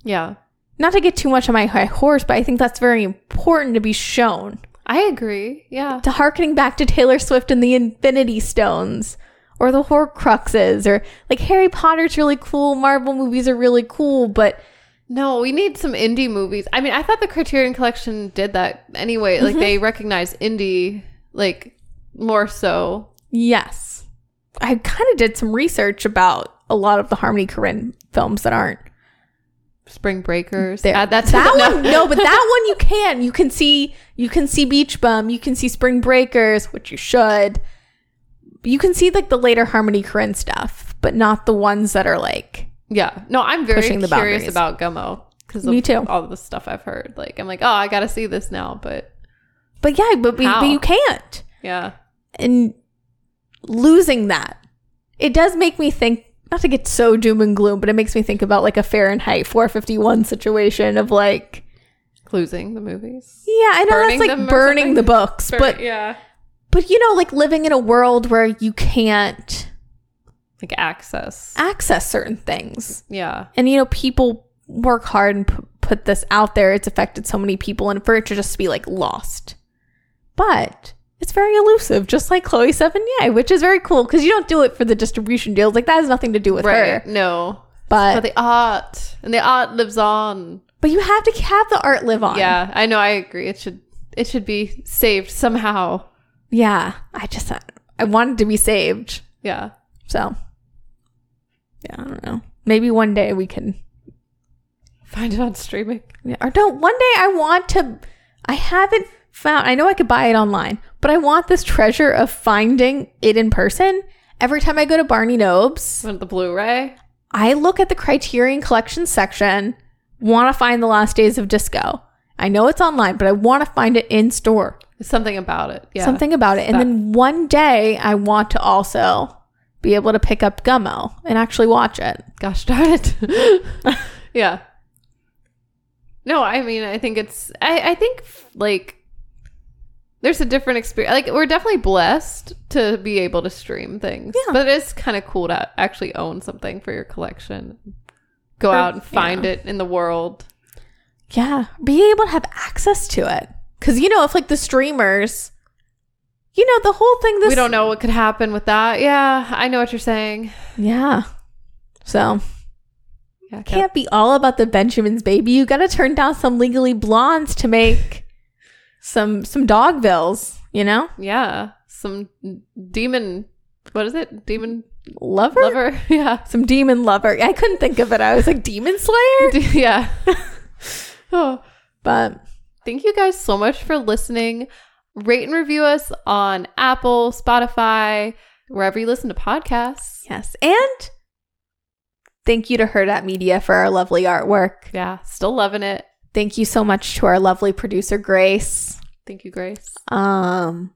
Speaker 5: Yeah.
Speaker 4: not to get too much on my high horse but i think that's very important to be shown
Speaker 5: I agree. Yeah.
Speaker 4: to harkening back to Taylor Swift and the Infinity Stones or the Horcruxes or like Harry Potter's really cool, Marvel movies are really cool, but
Speaker 5: No, we need some indie movies. I mean, I thought the Criterion Collection did that anyway.
Speaker 4: Mm-hmm.
Speaker 5: Like, they recognize indie, like, more so.
Speaker 4: Yes. I kind of did some research about a lot of the Harmony Korine films that aren't
Speaker 5: Spring Breakers.
Speaker 4: there.
Speaker 5: Add that to
Speaker 4: that
Speaker 5: the-
Speaker 4: one, no, but that one you can. You can see you can see Beach Bum, you can see Spring Breakers, which you should. You can see like the later Harmony Korine stuff, but not the ones that are like
Speaker 5: Yeah. No, I'm very
Speaker 4: Pushing the
Speaker 5: curious
Speaker 4: boundaries.
Speaker 5: about Gummo because
Speaker 4: Me too.
Speaker 5: all the stuff I've heard. Like, I'm like, oh, I got to see this now. But
Speaker 4: But yeah, but, we,
Speaker 5: How?
Speaker 4: but you can't.
Speaker 5: yeah.
Speaker 4: and losing that it does make me think not to get so doom and gloom but it makes me think about like a fahrenheit 451 situation of like
Speaker 5: Losing the movies.
Speaker 4: yeah i know
Speaker 5: Burning
Speaker 4: that's
Speaker 5: them
Speaker 4: like
Speaker 5: or
Speaker 4: burning
Speaker 5: something?
Speaker 4: the books but
Speaker 5: yeah.
Speaker 4: but you know like living in a world where you can't
Speaker 5: Like, access.
Speaker 4: access certain things
Speaker 5: Yeah.
Speaker 4: and you know people work hard and p- put this out there it's affected so many people and for it to just be like lost but it's very elusive just like chloe sevigny which is very cool because you don't do it for the distribution deals like that has nothing to do with her
Speaker 5: Right. No.
Speaker 4: but
Speaker 5: But the art and the art lives on.
Speaker 4: but you have to have the art live on
Speaker 5: Yeah, I know. I agree. It should it should be saved somehow.
Speaker 4: yeah i just i wanted to be saved
Speaker 5: Yeah,
Speaker 4: so yeah i don't know maybe one day we can
Speaker 5: find it on streaming.
Speaker 4: Yeah, or don't. One day I want to. I haven't found. I know I could buy it online, but I want this treasure of finding it in person. Every time I go to Barney Nobes,
Speaker 5: On the Blu-ray.
Speaker 4: I look at the Criterion Collection section, want to find the Last Days of Disco. I know it's online, but I want to find it in store.
Speaker 5: Something about it. Yeah.
Speaker 4: Something about it. And then one day I want to also be able to pick up Gummo and actually watch it.
Speaker 5: Gosh darn it. yeah. No, I mean, I think it's, I, I think like there's a different experience. Like, we're definitely blessed to be able to stream things.
Speaker 4: Yeah.
Speaker 5: But it's kind of cool to actually own something for your collection, go
Speaker 4: Or-
Speaker 5: out and find
Speaker 4: yeah.
Speaker 5: it in the world.
Speaker 4: Yeah. Be able to have access to it. Cause you know, if like the streamers, you know, the whole thing, this,
Speaker 5: we don't know what could happen with that. Yeah. I know what you're saying.
Speaker 4: Yeah. So
Speaker 5: Yeah. Kath-
Speaker 4: can't be all about the Benjamins, baby. You got to turn down some legally blondes to make some, some dogvilles, you know?
Speaker 5: Yeah. Some demon, what is it? Demon
Speaker 4: Lover?
Speaker 5: lover. Yeah.
Speaker 4: Some demon lover. I couldn't think of it. I was like, demon slayer?
Speaker 5: D- yeah. oh.
Speaker 4: But
Speaker 5: Thank you guys so much for listening. Rate and review us on Apple, Spotify, wherever you listen to podcasts.
Speaker 4: yes. And thank you to Herd at Media for our lovely artwork.
Speaker 5: Yeah, still loving it.
Speaker 4: Thank you so much to our lovely producer, Grace.
Speaker 5: Thank you, Grace.
Speaker 4: Um,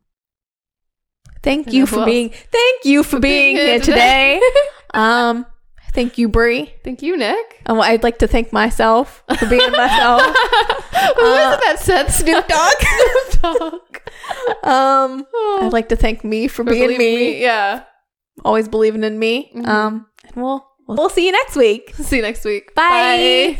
Speaker 4: thank
Speaker 5: I
Speaker 4: you
Speaker 5: know
Speaker 4: for
Speaker 5: who
Speaker 4: being thank you for being here today. um, thank you, Brie.
Speaker 5: Thank you, Nick.
Speaker 4: And I'd like to thank myself for being myself.
Speaker 5: Who was it that said Snoop Dogg? Uh, Snoop Dogg.
Speaker 4: Um,
Speaker 5: Oh.
Speaker 4: I'd like to thank me for
Speaker 5: Or
Speaker 4: being
Speaker 5: believe
Speaker 4: me,
Speaker 5: Yeah.
Speaker 4: always believing in me. Um, and we'll we'll see you next week.
Speaker 5: See you next week.
Speaker 4: Bye.
Speaker 6: a